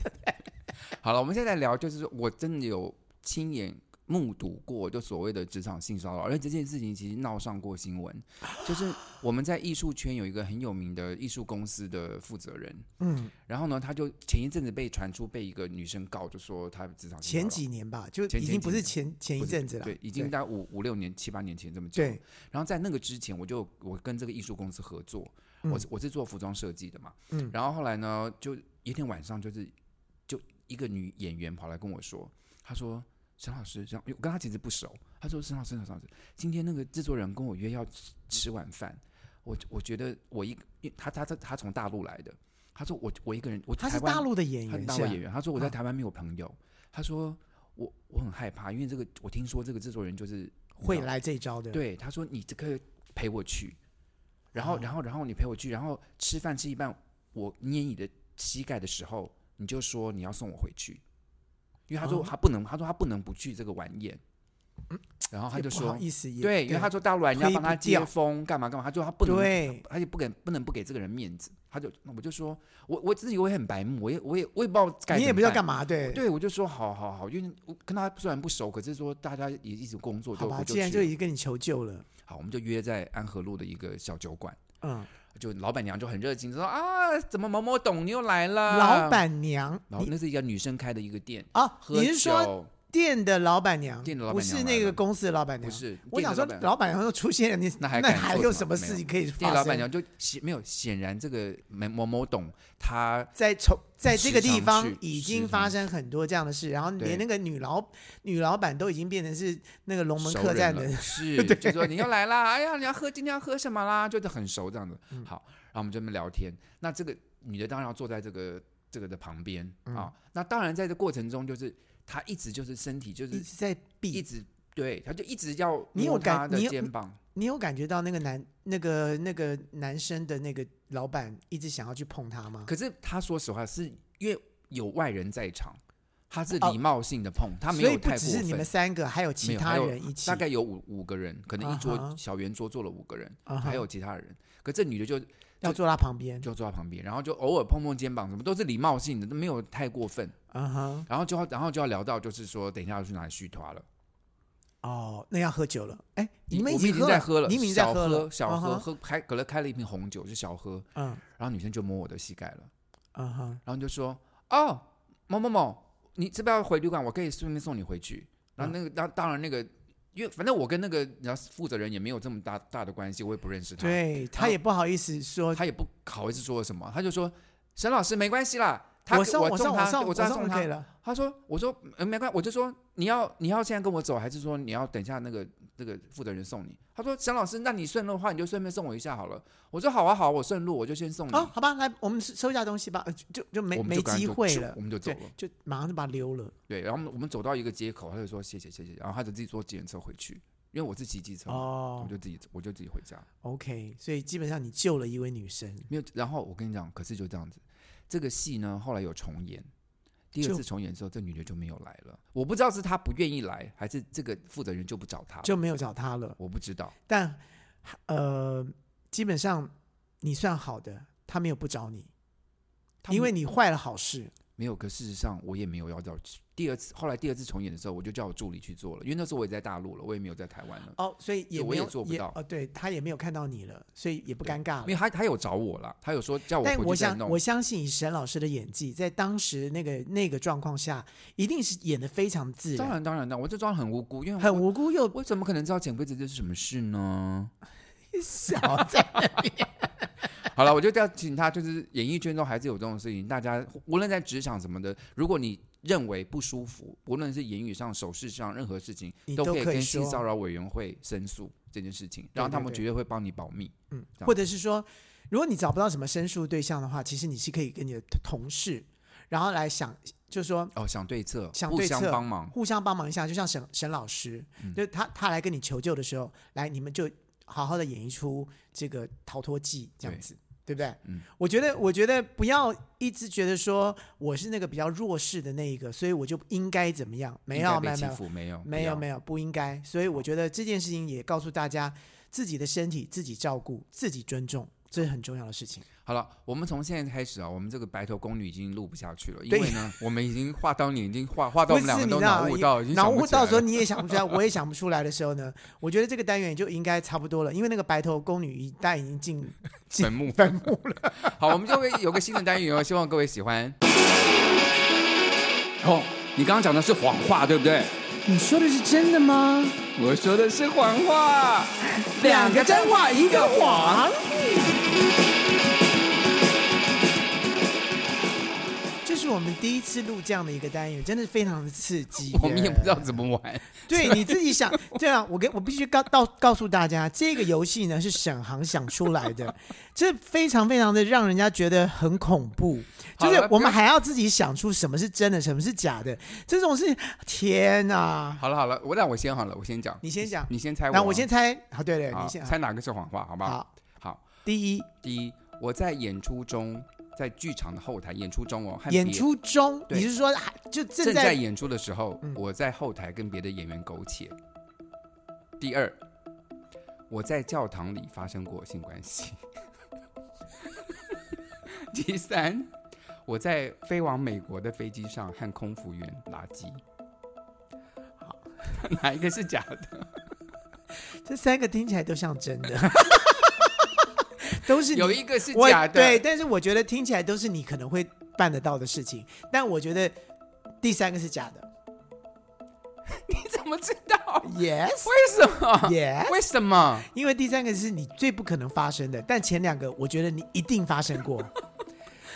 B: 好了，我们现在聊，就是说我真的有亲眼目睹过，就所谓的职场性骚扰，而且这件事情其实闹上过 新闻。就是我们在艺术圈有一个很有名的艺术公司的负责人，
A: 嗯，
B: 然后呢，他就前一阵子被传出被一个女生告，就说他职场性骚
A: 前
B: 扰
A: 几年吧，就
B: 前
A: 已经不是前前一
B: 不是
A: 阵子了，
B: 对，已经大概五五六年、七八年前这么久。
A: 对，
B: 然后在那个之前，我就我跟这个艺术公司合作，
A: 嗯
B: 我是我是做服装设计的嘛，
A: 嗯
B: 然后后来呢，就有一天晚上，就是就一个女演员跑来跟我说，她说。沈老师，沈老我跟她其实不熟。她说：“沈老师，沈老师，今天那个制作人跟我约要吃吃晚饭，我我觉得我一，因为她她她她从大陆来的，她说我我一个人，我
A: 他是
B: 台湾
A: 大陆的演
B: 他是
A: 员，
B: 大
A: 是
B: 陆
A: 吧
B: 演员，他说我在
A: 啊
B: 台湾没有朋友，他说我我很害怕，因为这个我听说这个制作人就是
A: 会，来这一招的。，
B: 嗯对，他说你这个陪我去，然
A: 嗯
B: 后、然后然后你陪我去，然后吃饭吃一半，我捏你的膝盖的时候，你就说你要送我回去，因为他说
A: 哦
B: 他不能，他说他不能不去这个晚宴，然后他
A: 也
B: 就
A: 不
B: 说
A: 好意思也
B: 对，因为他说大陆来人家
A: 推
B: 帮他
A: 不掉
B: 接风干嘛干嘛，他说他不能
A: 对，
B: 而且不给不能不给这个人面子，他就那我就说，我我自己我也很白目，我也我也我也不知道该
A: 你也不知道干
B: 嘛。
A: 嘛，对，
B: 对，我就说好好好，因为我跟他虽然不熟，可是说大家也一直工作就，
A: 好吧，
B: 我就
A: 既然
B: 去
A: 就
B: 了
A: 已经跟你求救了，
B: 好，我们就约在安和路的一个小酒馆，
A: 嗯，
B: 就老板娘就很热情，说啊，怎么某某董你又来了？
A: 老，板娘，
B: 然后
A: 你
B: 那是一个女生开的一个店，
A: 啊，
B: 喝
A: 你是说
B: 酒
A: 店的老板娘，
B: 店的老板
A: 不
B: 娘
A: 是
B: 来
A: 那个
B: 了
A: 公司的老板
B: 不
A: 娘。
B: 是，
A: 我
B: 店
A: 想
B: 的
A: 说，
B: 板
A: 老板娘都出现了，你
B: 那还
A: 那
B: 敢
A: 还
B: 做
A: 有
B: 什
A: 什
B: 么
A: 么
B: 没
A: 事
B: 有
A: 情可以
B: 店
A: 发
B: 的老
A: 生？
B: 板娘就显没有，显然这个某某某董他
A: 在从在这个
B: 时常
A: 地方
B: 去
A: 已
B: 时
A: 经
B: 常
A: 发生很多这样的事，然后连
B: 对
A: 那个女老女老板都已经变成是那个龙门
B: 熟
A: 客
B: 人
A: 栈
B: 了
A: 的
B: 是，就说你要来啦，哎呀，你要喝今天要喝什么啦，就是很熟这样子。
A: 嗯
B: 好，然后我们就这么聊天。那这个女的当然要坐在这个这个的旁边
A: 嗯
B: 啊、那当然在这过程中，就是她一直就是身体就是
A: 一直在
B: 一
A: 避。
B: 直对，她就一直要
A: 你有
B: 摸
A: 感
B: 她的
A: 你有
B: 肩膀。
A: 你有感觉到那个男那个那个男生的那个老板一直想要去碰她吗？
B: 可是她说实话，是因为有外人在场，她是
A: 哦
B: 礼貌性的碰，她没
A: 所以
B: 有
A: 不
B: 太过
A: 只是你们
B: 分。
A: 三个，还有
B: 没
A: 其
B: 有
A: 他
B: 还有
A: 人一起。
B: 大概有五五个人，可能一
A: 啊哈
B: 桌小圆桌坐了五个人
A: 啊哈
B: 还有其他人。可这女的就
A: 要坐他旁边。
B: 就坐在旁边，然后就偶尔碰碰肩膀，什么都是礼貌性的，都没有太过分。
A: 嗯哼，
B: 然后就要，然后就要聊到，就是说，等一下要去哪里续团了。
A: 哦，那要喝酒了。哎，你们
B: 我
A: 已
B: 们已
A: 经
B: 经在喝了，
A: 你们已经在
B: 小
A: 喝了，
B: 小喝
A: 嗯哼
B: 喝开，可能开了一瓶红酒，就小喝。
A: 嗯
B: 然后女生就摸我的膝盖了，
A: 嗯哼，
B: 然后就说：“哦，某某某，你这边要回旅馆，我可以顺便送你回去。”
A: 嗯
B: 然后那个，当、当然那个，因为反正我跟那个然后负责人也没有这么大大的关系，我也不认识他。
A: 对他
B: 后
A: 也不好意思说，
B: 他也不好意思说什么，他就说：“沈老师没关系啦，他
A: 我送
B: 我
A: 送
B: 送
A: 我
B: 他，
A: 送
B: 我知道送
A: 就
B: 他
A: 可以了。
B: 他说：“我说、呃、没关系，我就说你要你要现在跟我走，还是说你要等一下那个那个负责人送你？”他说：“沈老师，那你顺路的话，你就顺便送我一下好了。”我说：“好啊，好啊，我顺路，我就先送你。
A: 哦，好吧，来，我们收一下东西吧，呃就就没
B: 我们
A: 没
B: 就赶快
A: 机
B: 就
A: 会
B: 咻
A: 了
B: 我，们就走
A: 对
B: 了。，
A: 就马上就把他溜了。
B: 对，然后我们我们走到一个街口，他就说：“谢谢，谢谢。”然后他就自己坐自行车回去，因为我是骑机车嘛，我
A: 哦
B: 就自己我就自己回家。
A: ，OK，所以基本上你救了一位女生，
B: 没有，然后我跟你讲，可是就这样子，这个戏呢后来有重演，第二
A: 就
B: 次重演之后，这女的就没有来了。我不知道是她不愿意来，还是这个负责人就不找她了，
A: 就没有找她了。
B: 我不知道。
A: 但呃，基本上你算好的，她没有不找你，
B: 他
A: 因为
B: 们
A: 你坏了好事。
B: 没有，可事实上我也没有要到第二次。后来第二次重演的时候，我就叫我助理去做了，因为那时候我也在大陆了，我也没有在台湾了。
A: 哦，所以也
B: 对我
A: 没
B: 也
A: 有
B: 做不到
A: 哦，对他也没有看到你了，所以也不
B: 对
A: 尴尬
B: 因为
A: 了。
B: 他他有找我了，他有说叫我
A: 哦但我
B: 回去再
A: 想，
B: 弄。
A: 我相信以沈老师的演技，在当时那个那个状况下，一定是演的非常自
B: 当
A: 然，
B: 然当然的，我这装很无辜，因为
A: 很
B: 我
A: 无辜又
B: 我怎么可能知道减肥这是什么事呢？
A: 小在
B: 好了，我就要请他，就是演艺圈中还是有这种事情，大家无论在职场什么的，如果你认为不舒服，无论是言语上、手势上，任何事情
A: 你
B: 都
A: 都
B: 可以
A: 可以
B: 跟性
A: 说
B: 骚扰委员会申诉这件事情，然后
A: 对
B: 他
A: 对
B: 们
A: 对
B: 绝对会帮你保密。
A: 嗯，
B: 这样
A: 或者是说，如果你找不到什么申诉对象的话，其实你是可以跟你的同事，然后来想，就是说
B: 哦，想对策，
A: 想
B: 互
A: 对
B: 相
A: 策
B: 帮忙，
A: 互相帮忙一下，就像沈沈老师，
B: 嗯
A: 就他他来跟你求救的时候，来你们就好好的演一出这个逃脱记这样
B: 对
A: 子。对不对？
B: 嗯
A: 我觉得，我觉得不要一直觉得说我是那个比较弱势的那一个，所以我就应该怎么样？没
B: 应
A: 有，没有，
B: 该被
A: 没
B: 欺
A: 有，
B: 负，没有，
A: 没有，没
B: 有。
A: 有，不应该。所以我觉得这件事情也告诉大家，自己的身体自己照顾，自己尊重，这是很重要的事情。
B: 好了，我们从现在开始啊，我们这个白头宫女已经录不下去了，因
A: 对
B: 为呢，我们已经画到你已经画画
A: 不
B: 到我
A: 是你
B: 们两个都
A: 知道
B: 脑雾到，已经
A: 脑
B: 想不
A: 雾
B: 起
A: 到
B: 来
A: 时候
B: 了
A: 你也想不 出来，我也想不出来的时候呢，我觉得这个单元就应该差不多了，因为那个白头宫女一代已经进进
B: 坟墓
A: 坟墓了。
B: 好，我们就会有个新的单元哦，希望各位喜欢。哦，你刚刚讲的是谎话，对不对？
A: 你说的是真的吗？
B: 我说的是谎话，
A: 两个真话，一个谎。这是我们第一次录这样的一个单元，真的是非常的刺激。
B: 我们也不知道。怎么玩。
A: 对，你自己想这样，我跟我必须告告告诉大家，这个游戏呢是沈航想出来 的，这非常非常的让人家觉得很恐怖，
B: 好
A: 就是
B: 了
A: 我
B: 不
A: 们
B: 要
A: 还要自己想出什么是真的，什么是假的，这种事，天哪！
B: 好了好了，我让我先好了，我先讲，
A: 你先讲
B: 你先猜我啊，
A: 那我先猜，好，对对，
B: 好
A: 你先啊
B: 猜哪个是谎话，好不好？
A: 好，
B: 好，
A: 第一，
B: 第一，我在演出中，在剧场的后台演出中哦，和
A: 演
B: 别
A: 出中，
B: 对
A: 你是说还就正
B: 正在
A: 在
B: 演出的时候，
A: 嗯
B: 我在后台跟别的演员苟且。第二，我在教堂里发生过性关系。 第三，我在飞往美国的飞机上和空服员拉鸡。好， 哪一个是假的？
A: 这三个听起来都像真 的，都是你
B: 有一个是
A: 我
B: 假的，
A: 对，，但是我觉得听起来都是你可能会办得到的事情，但我觉得第三个是假的。
B: 你怎么知道？
A: Yes，
B: 为什么
A: Yes
B: 为什么？
A: 因为第三个是你最不可能发生的，但前两个我觉得你一定发生 过。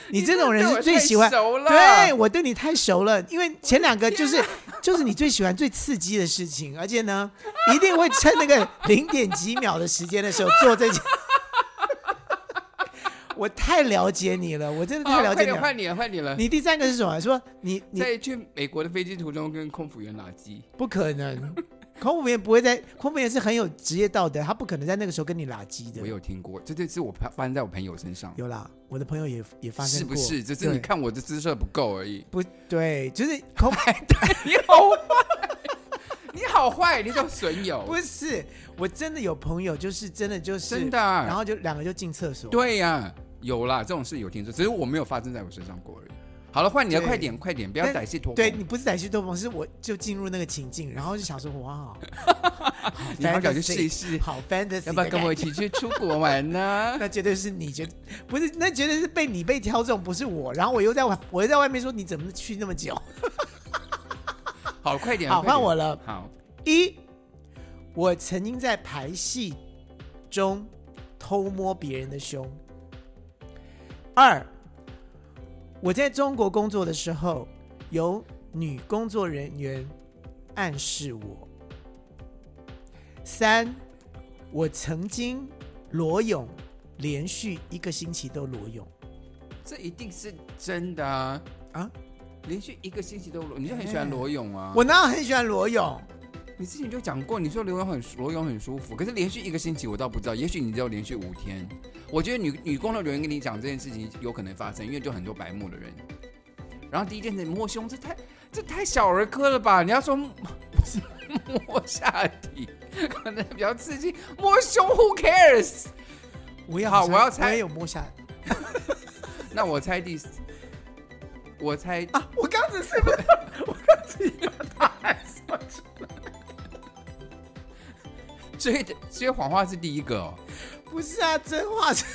A: 你这种人是最喜欢，
B: 你真的对我太熟了
A: 对我对你太熟了，因为前两个就是就是你最喜欢最刺激的事情，而且呢，一定会趁那个零点几秒的时间的时候做 这件。我太了解你了，我真的太
B: 好
A: 了
B: 哦快
A: 解你
B: 点
A: 了。
B: 换你了，换你了。
A: 你第三个是什么？说你你
B: 在去美国的飞机途中跟空服员拉鸡，
A: 不可能，空服员不会在，空服员是很有职业道德，他不可能在那个时候跟你拉鸡的。
B: 我有听过，这这是我发发生在我朋友身上，
A: 有啦，我的朋友也也发生
B: 是
A: 过，
B: 不是？只是你
A: 对
B: 看我的姿色不够而 已。
A: 不对，就是空
B: 你好坏，你好坏，你都损 友。
A: 不是，我真的有朋友就是真的就是
B: 真的啊
A: 然后就两个就进厕所，
B: 对呀、有啦，这种事有听说，只是我没有发生在我身上过而已。好了，换你了，
A: 对
B: 快点，快点，不要
A: 但，
B: 歹戏拖
A: 对
B: 棚
A: 你。不是歹戏拖棚，是我就进入那个情境，然后就想说哇，
B: 你要不要去试一试
A: fantasy，好 fantasy，
B: 要不要跟我一
A: 的感觉？
B: 起去出国玩 呢？
A: 那绝对是你觉得不是，那绝对是被你被挑中，不是我。然后我又在外，我又在外面说你怎么去那么久？
B: 好，快点，
A: 好，
B: 快点
A: 换我。了。
B: 好，
A: 一，我曾经在排戏中偷摸别人的胸。二，我在中国工作的时候，有女工作人员暗示我。三，我曾经裸泳，连续一个星期都裸泳
B: 这一定是真的啊！
A: 啊！哎
B: 连续一个星期都裸，你就很喜欢裸泳啊？
A: 我哪有很喜欢裸泳？
B: 你之前就讲过，你说游泳很游泳很舒服，可是连续一个星期我倒不知道，也许你只有连续五天。我觉得女女工作人员跟你讲这件事情有可能发生，因为就很多白目的人。然后第一件事情摸胸，这太这太小儿科了吧？你要 说摸下体，可能比较刺激，摸胸 Who cares？
A: 我也
B: 好
A: 像
B: 我要猜
A: 我也有摸下
B: 那我猜第，我猜
A: 啊！我刚才 是不是？
B: 所以所以谎话是第一个哦。
A: 不是啊，真话 是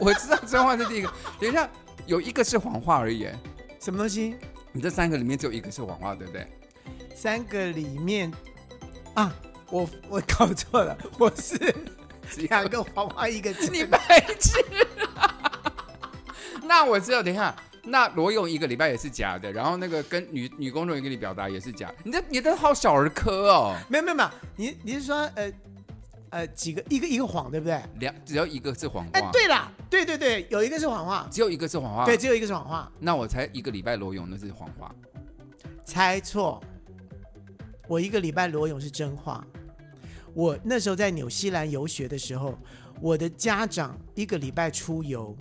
B: 我知道真话是第一个，等一下有一个是谎话而已。
A: 什么东西？
B: 你这三个里面只有一个是谎话，对 不对？
A: 三个里面啊，我我搞错了， 我是两个黄花一个青
B: 你白痴、 那我知道，等一下，那罗勇一个礼拜也是假的，然后那个跟女女工作人员跟你表达也是假，你这你这好小儿科哦。
A: 没有没有没有，你你是说呃呃几个一个一个谎对不对？
B: 两只要一个是谎
A: 哎
B: 话，，
A: 对啦，对对对，有一个是谎话，
B: 只有一个是谎话，
A: 对，只有一个是谎话，
B: 那我才一个礼拜罗勇那是谎话，
A: 猜错。我一个礼拜裸泳是真话。我那时候在纽西兰游学的时候，我的家长一个礼拜出游，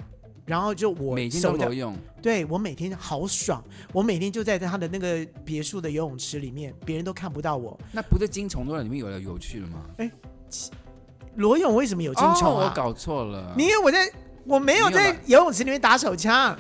A: 然后就我
B: 每天
A: 收
B: 都
A: 掉
B: 罗勇，
A: 对我每天好爽，我每天就在他的那个别墅的游泳池里面，别人都看不到我。
B: 那不是金虫都在里面有来有去了吗？
A: 裸泳为什么有金虫
B: 哦我
A: 啊？
B: 搞错了，
A: 你以为我在我没有
B: 你有
A: 在
B: 吧
A: 游泳池里面打手 枪，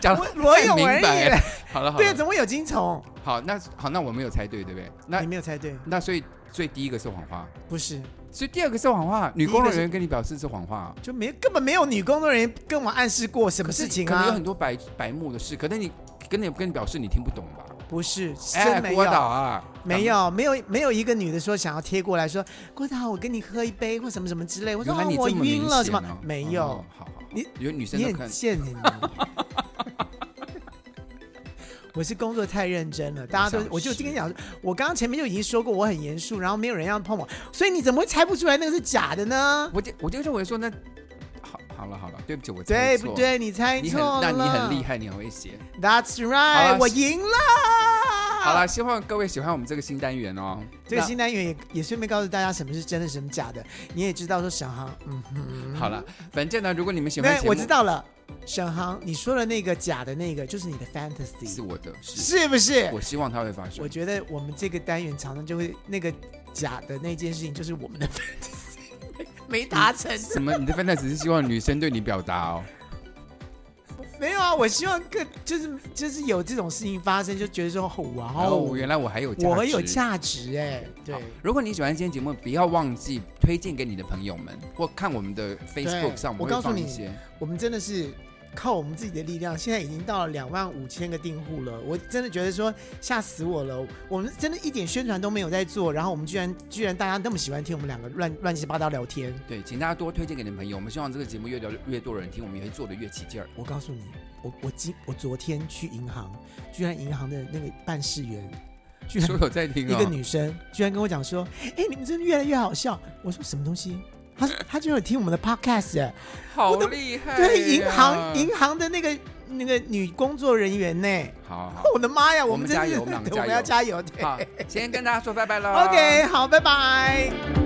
B: 讲
A: 我
B: 得
A: 裸泳
B: 太明
A: 而已
B: 白了
A: 嘞。
B: 好了好
A: 对，
B: 了，
A: 怎么会有金虫？
B: 好那好那我没有猜对，对不对？那
A: 你没有猜对，
B: 那所以所以第一个是谎话，
A: 不是，
B: 所以第二个是谎话，女
A: 第一个
B: 工作
A: 是
B: 人员跟你表示是谎话。
A: 就没根本没有女工作人员跟我暗示过什么事情
B: 可能有
A: 啊
B: 很？多白白目的事，可能你跟你跟你表示你听不懂吧？
A: 不是，真
B: 哎，
A: 没
B: 郭
A: 有。
B: 导啊，
A: 没有，没有，没有一个女的说想要贴过来说，郭导，我跟你喝一杯或什么什么之类。我
B: 咱
A: 说、
B: 们，原
A: 哦
B: 来你
A: 我
B: 这么
A: 晕
B: 明
A: 了什
B: 显
A: 么
B: 哦？
A: 没
B: 哦
A: 有
B: 好，好好，
A: 你
B: 有女生
A: 你
B: 都
A: 很
B: 看，
A: 贱欸 你。我是工作太认真了，大家
B: 我
A: 都
B: 想
A: 我就跟你
B: 是
A: 讲，我刚刚前面就已经说过我很严肃，然后没有人要碰我，所以你怎么会猜不出来那个是假的呢？
B: 我就我就认为说那好好了好了，对不起，我猜
A: 对
B: 错
A: 不？对？你猜
B: 你很
A: 错
B: 那
A: 了。
B: 你很厉害，你很会写。
A: That's
B: 好
A: right，
B: 啦
A: 我赢了。
B: 好
A: 啊
B: 了，希望各位喜欢我们这个新单元哦。
A: 这个
B: 那
A: 新单元也也顺便告诉大家什么是真的，什么假的，你也知道说沈 航，嗯哼，
B: 好了，反正呢，如果你们喜欢
A: 对
B: 节，目，
A: 我知道了，沈航，你说的那个假的那个就是你的 fantasy，
B: 是我的，是
A: 是不是？
B: 我希望它会发
A: 我
B: 生。
A: 觉得我们这个单元常常就会那个假的那件事情，就是我们的 没达成。
B: 什么？你的 fantasy 是希望女生对你表达哦？
A: 没有啊，我希望各就是就是有这种事情发生，就觉得说哦哇哦
B: 哦，，原来我还有价值，
A: 我很有价值哎、对
B: 好，如果你喜欢今天节目，不要忘记推荐给你的朋友们，或看我们的 Facebook 上，
A: 我
B: 们会
A: 告诉
B: 放
A: 你
B: 一些。
A: 我们真的是靠我们自己的力量，现在已经到了两万五千个订户了。我真的觉得说吓死我了，我们真的一点宣传都没有在做，然后我们居然居然大家那么喜欢听我们两个乱乱七八糟聊天。
B: 对，请大家多推荐给你的朋友。我们希望这个节目越聊越多人听，我们也会做的越起劲 儿。
A: 我告诉你，我我今我昨天去银行，居然银行的那个办事员，居然
B: 所有在听
A: 一
B: 哦
A: 个女生居然跟我讲说：“哎、你们真的越来越好笑。”我说：“什么东西？”她说她居然有听我们的 podcast 哎、
B: 好
A: 我都
B: 厉哎害呀、啊
A: 对，银行银行的那个那个女工作人员呢、
B: 好好
A: 我的妈呀，
B: 我
A: 们
B: 们
A: 真
B: 加
A: 的是
B: 油我们两个
A: 对我
B: 加
A: 们要加油。
B: 油
A: 对
B: 好，先跟大家说拜拜喽。
A: ，OK，好，拜拜。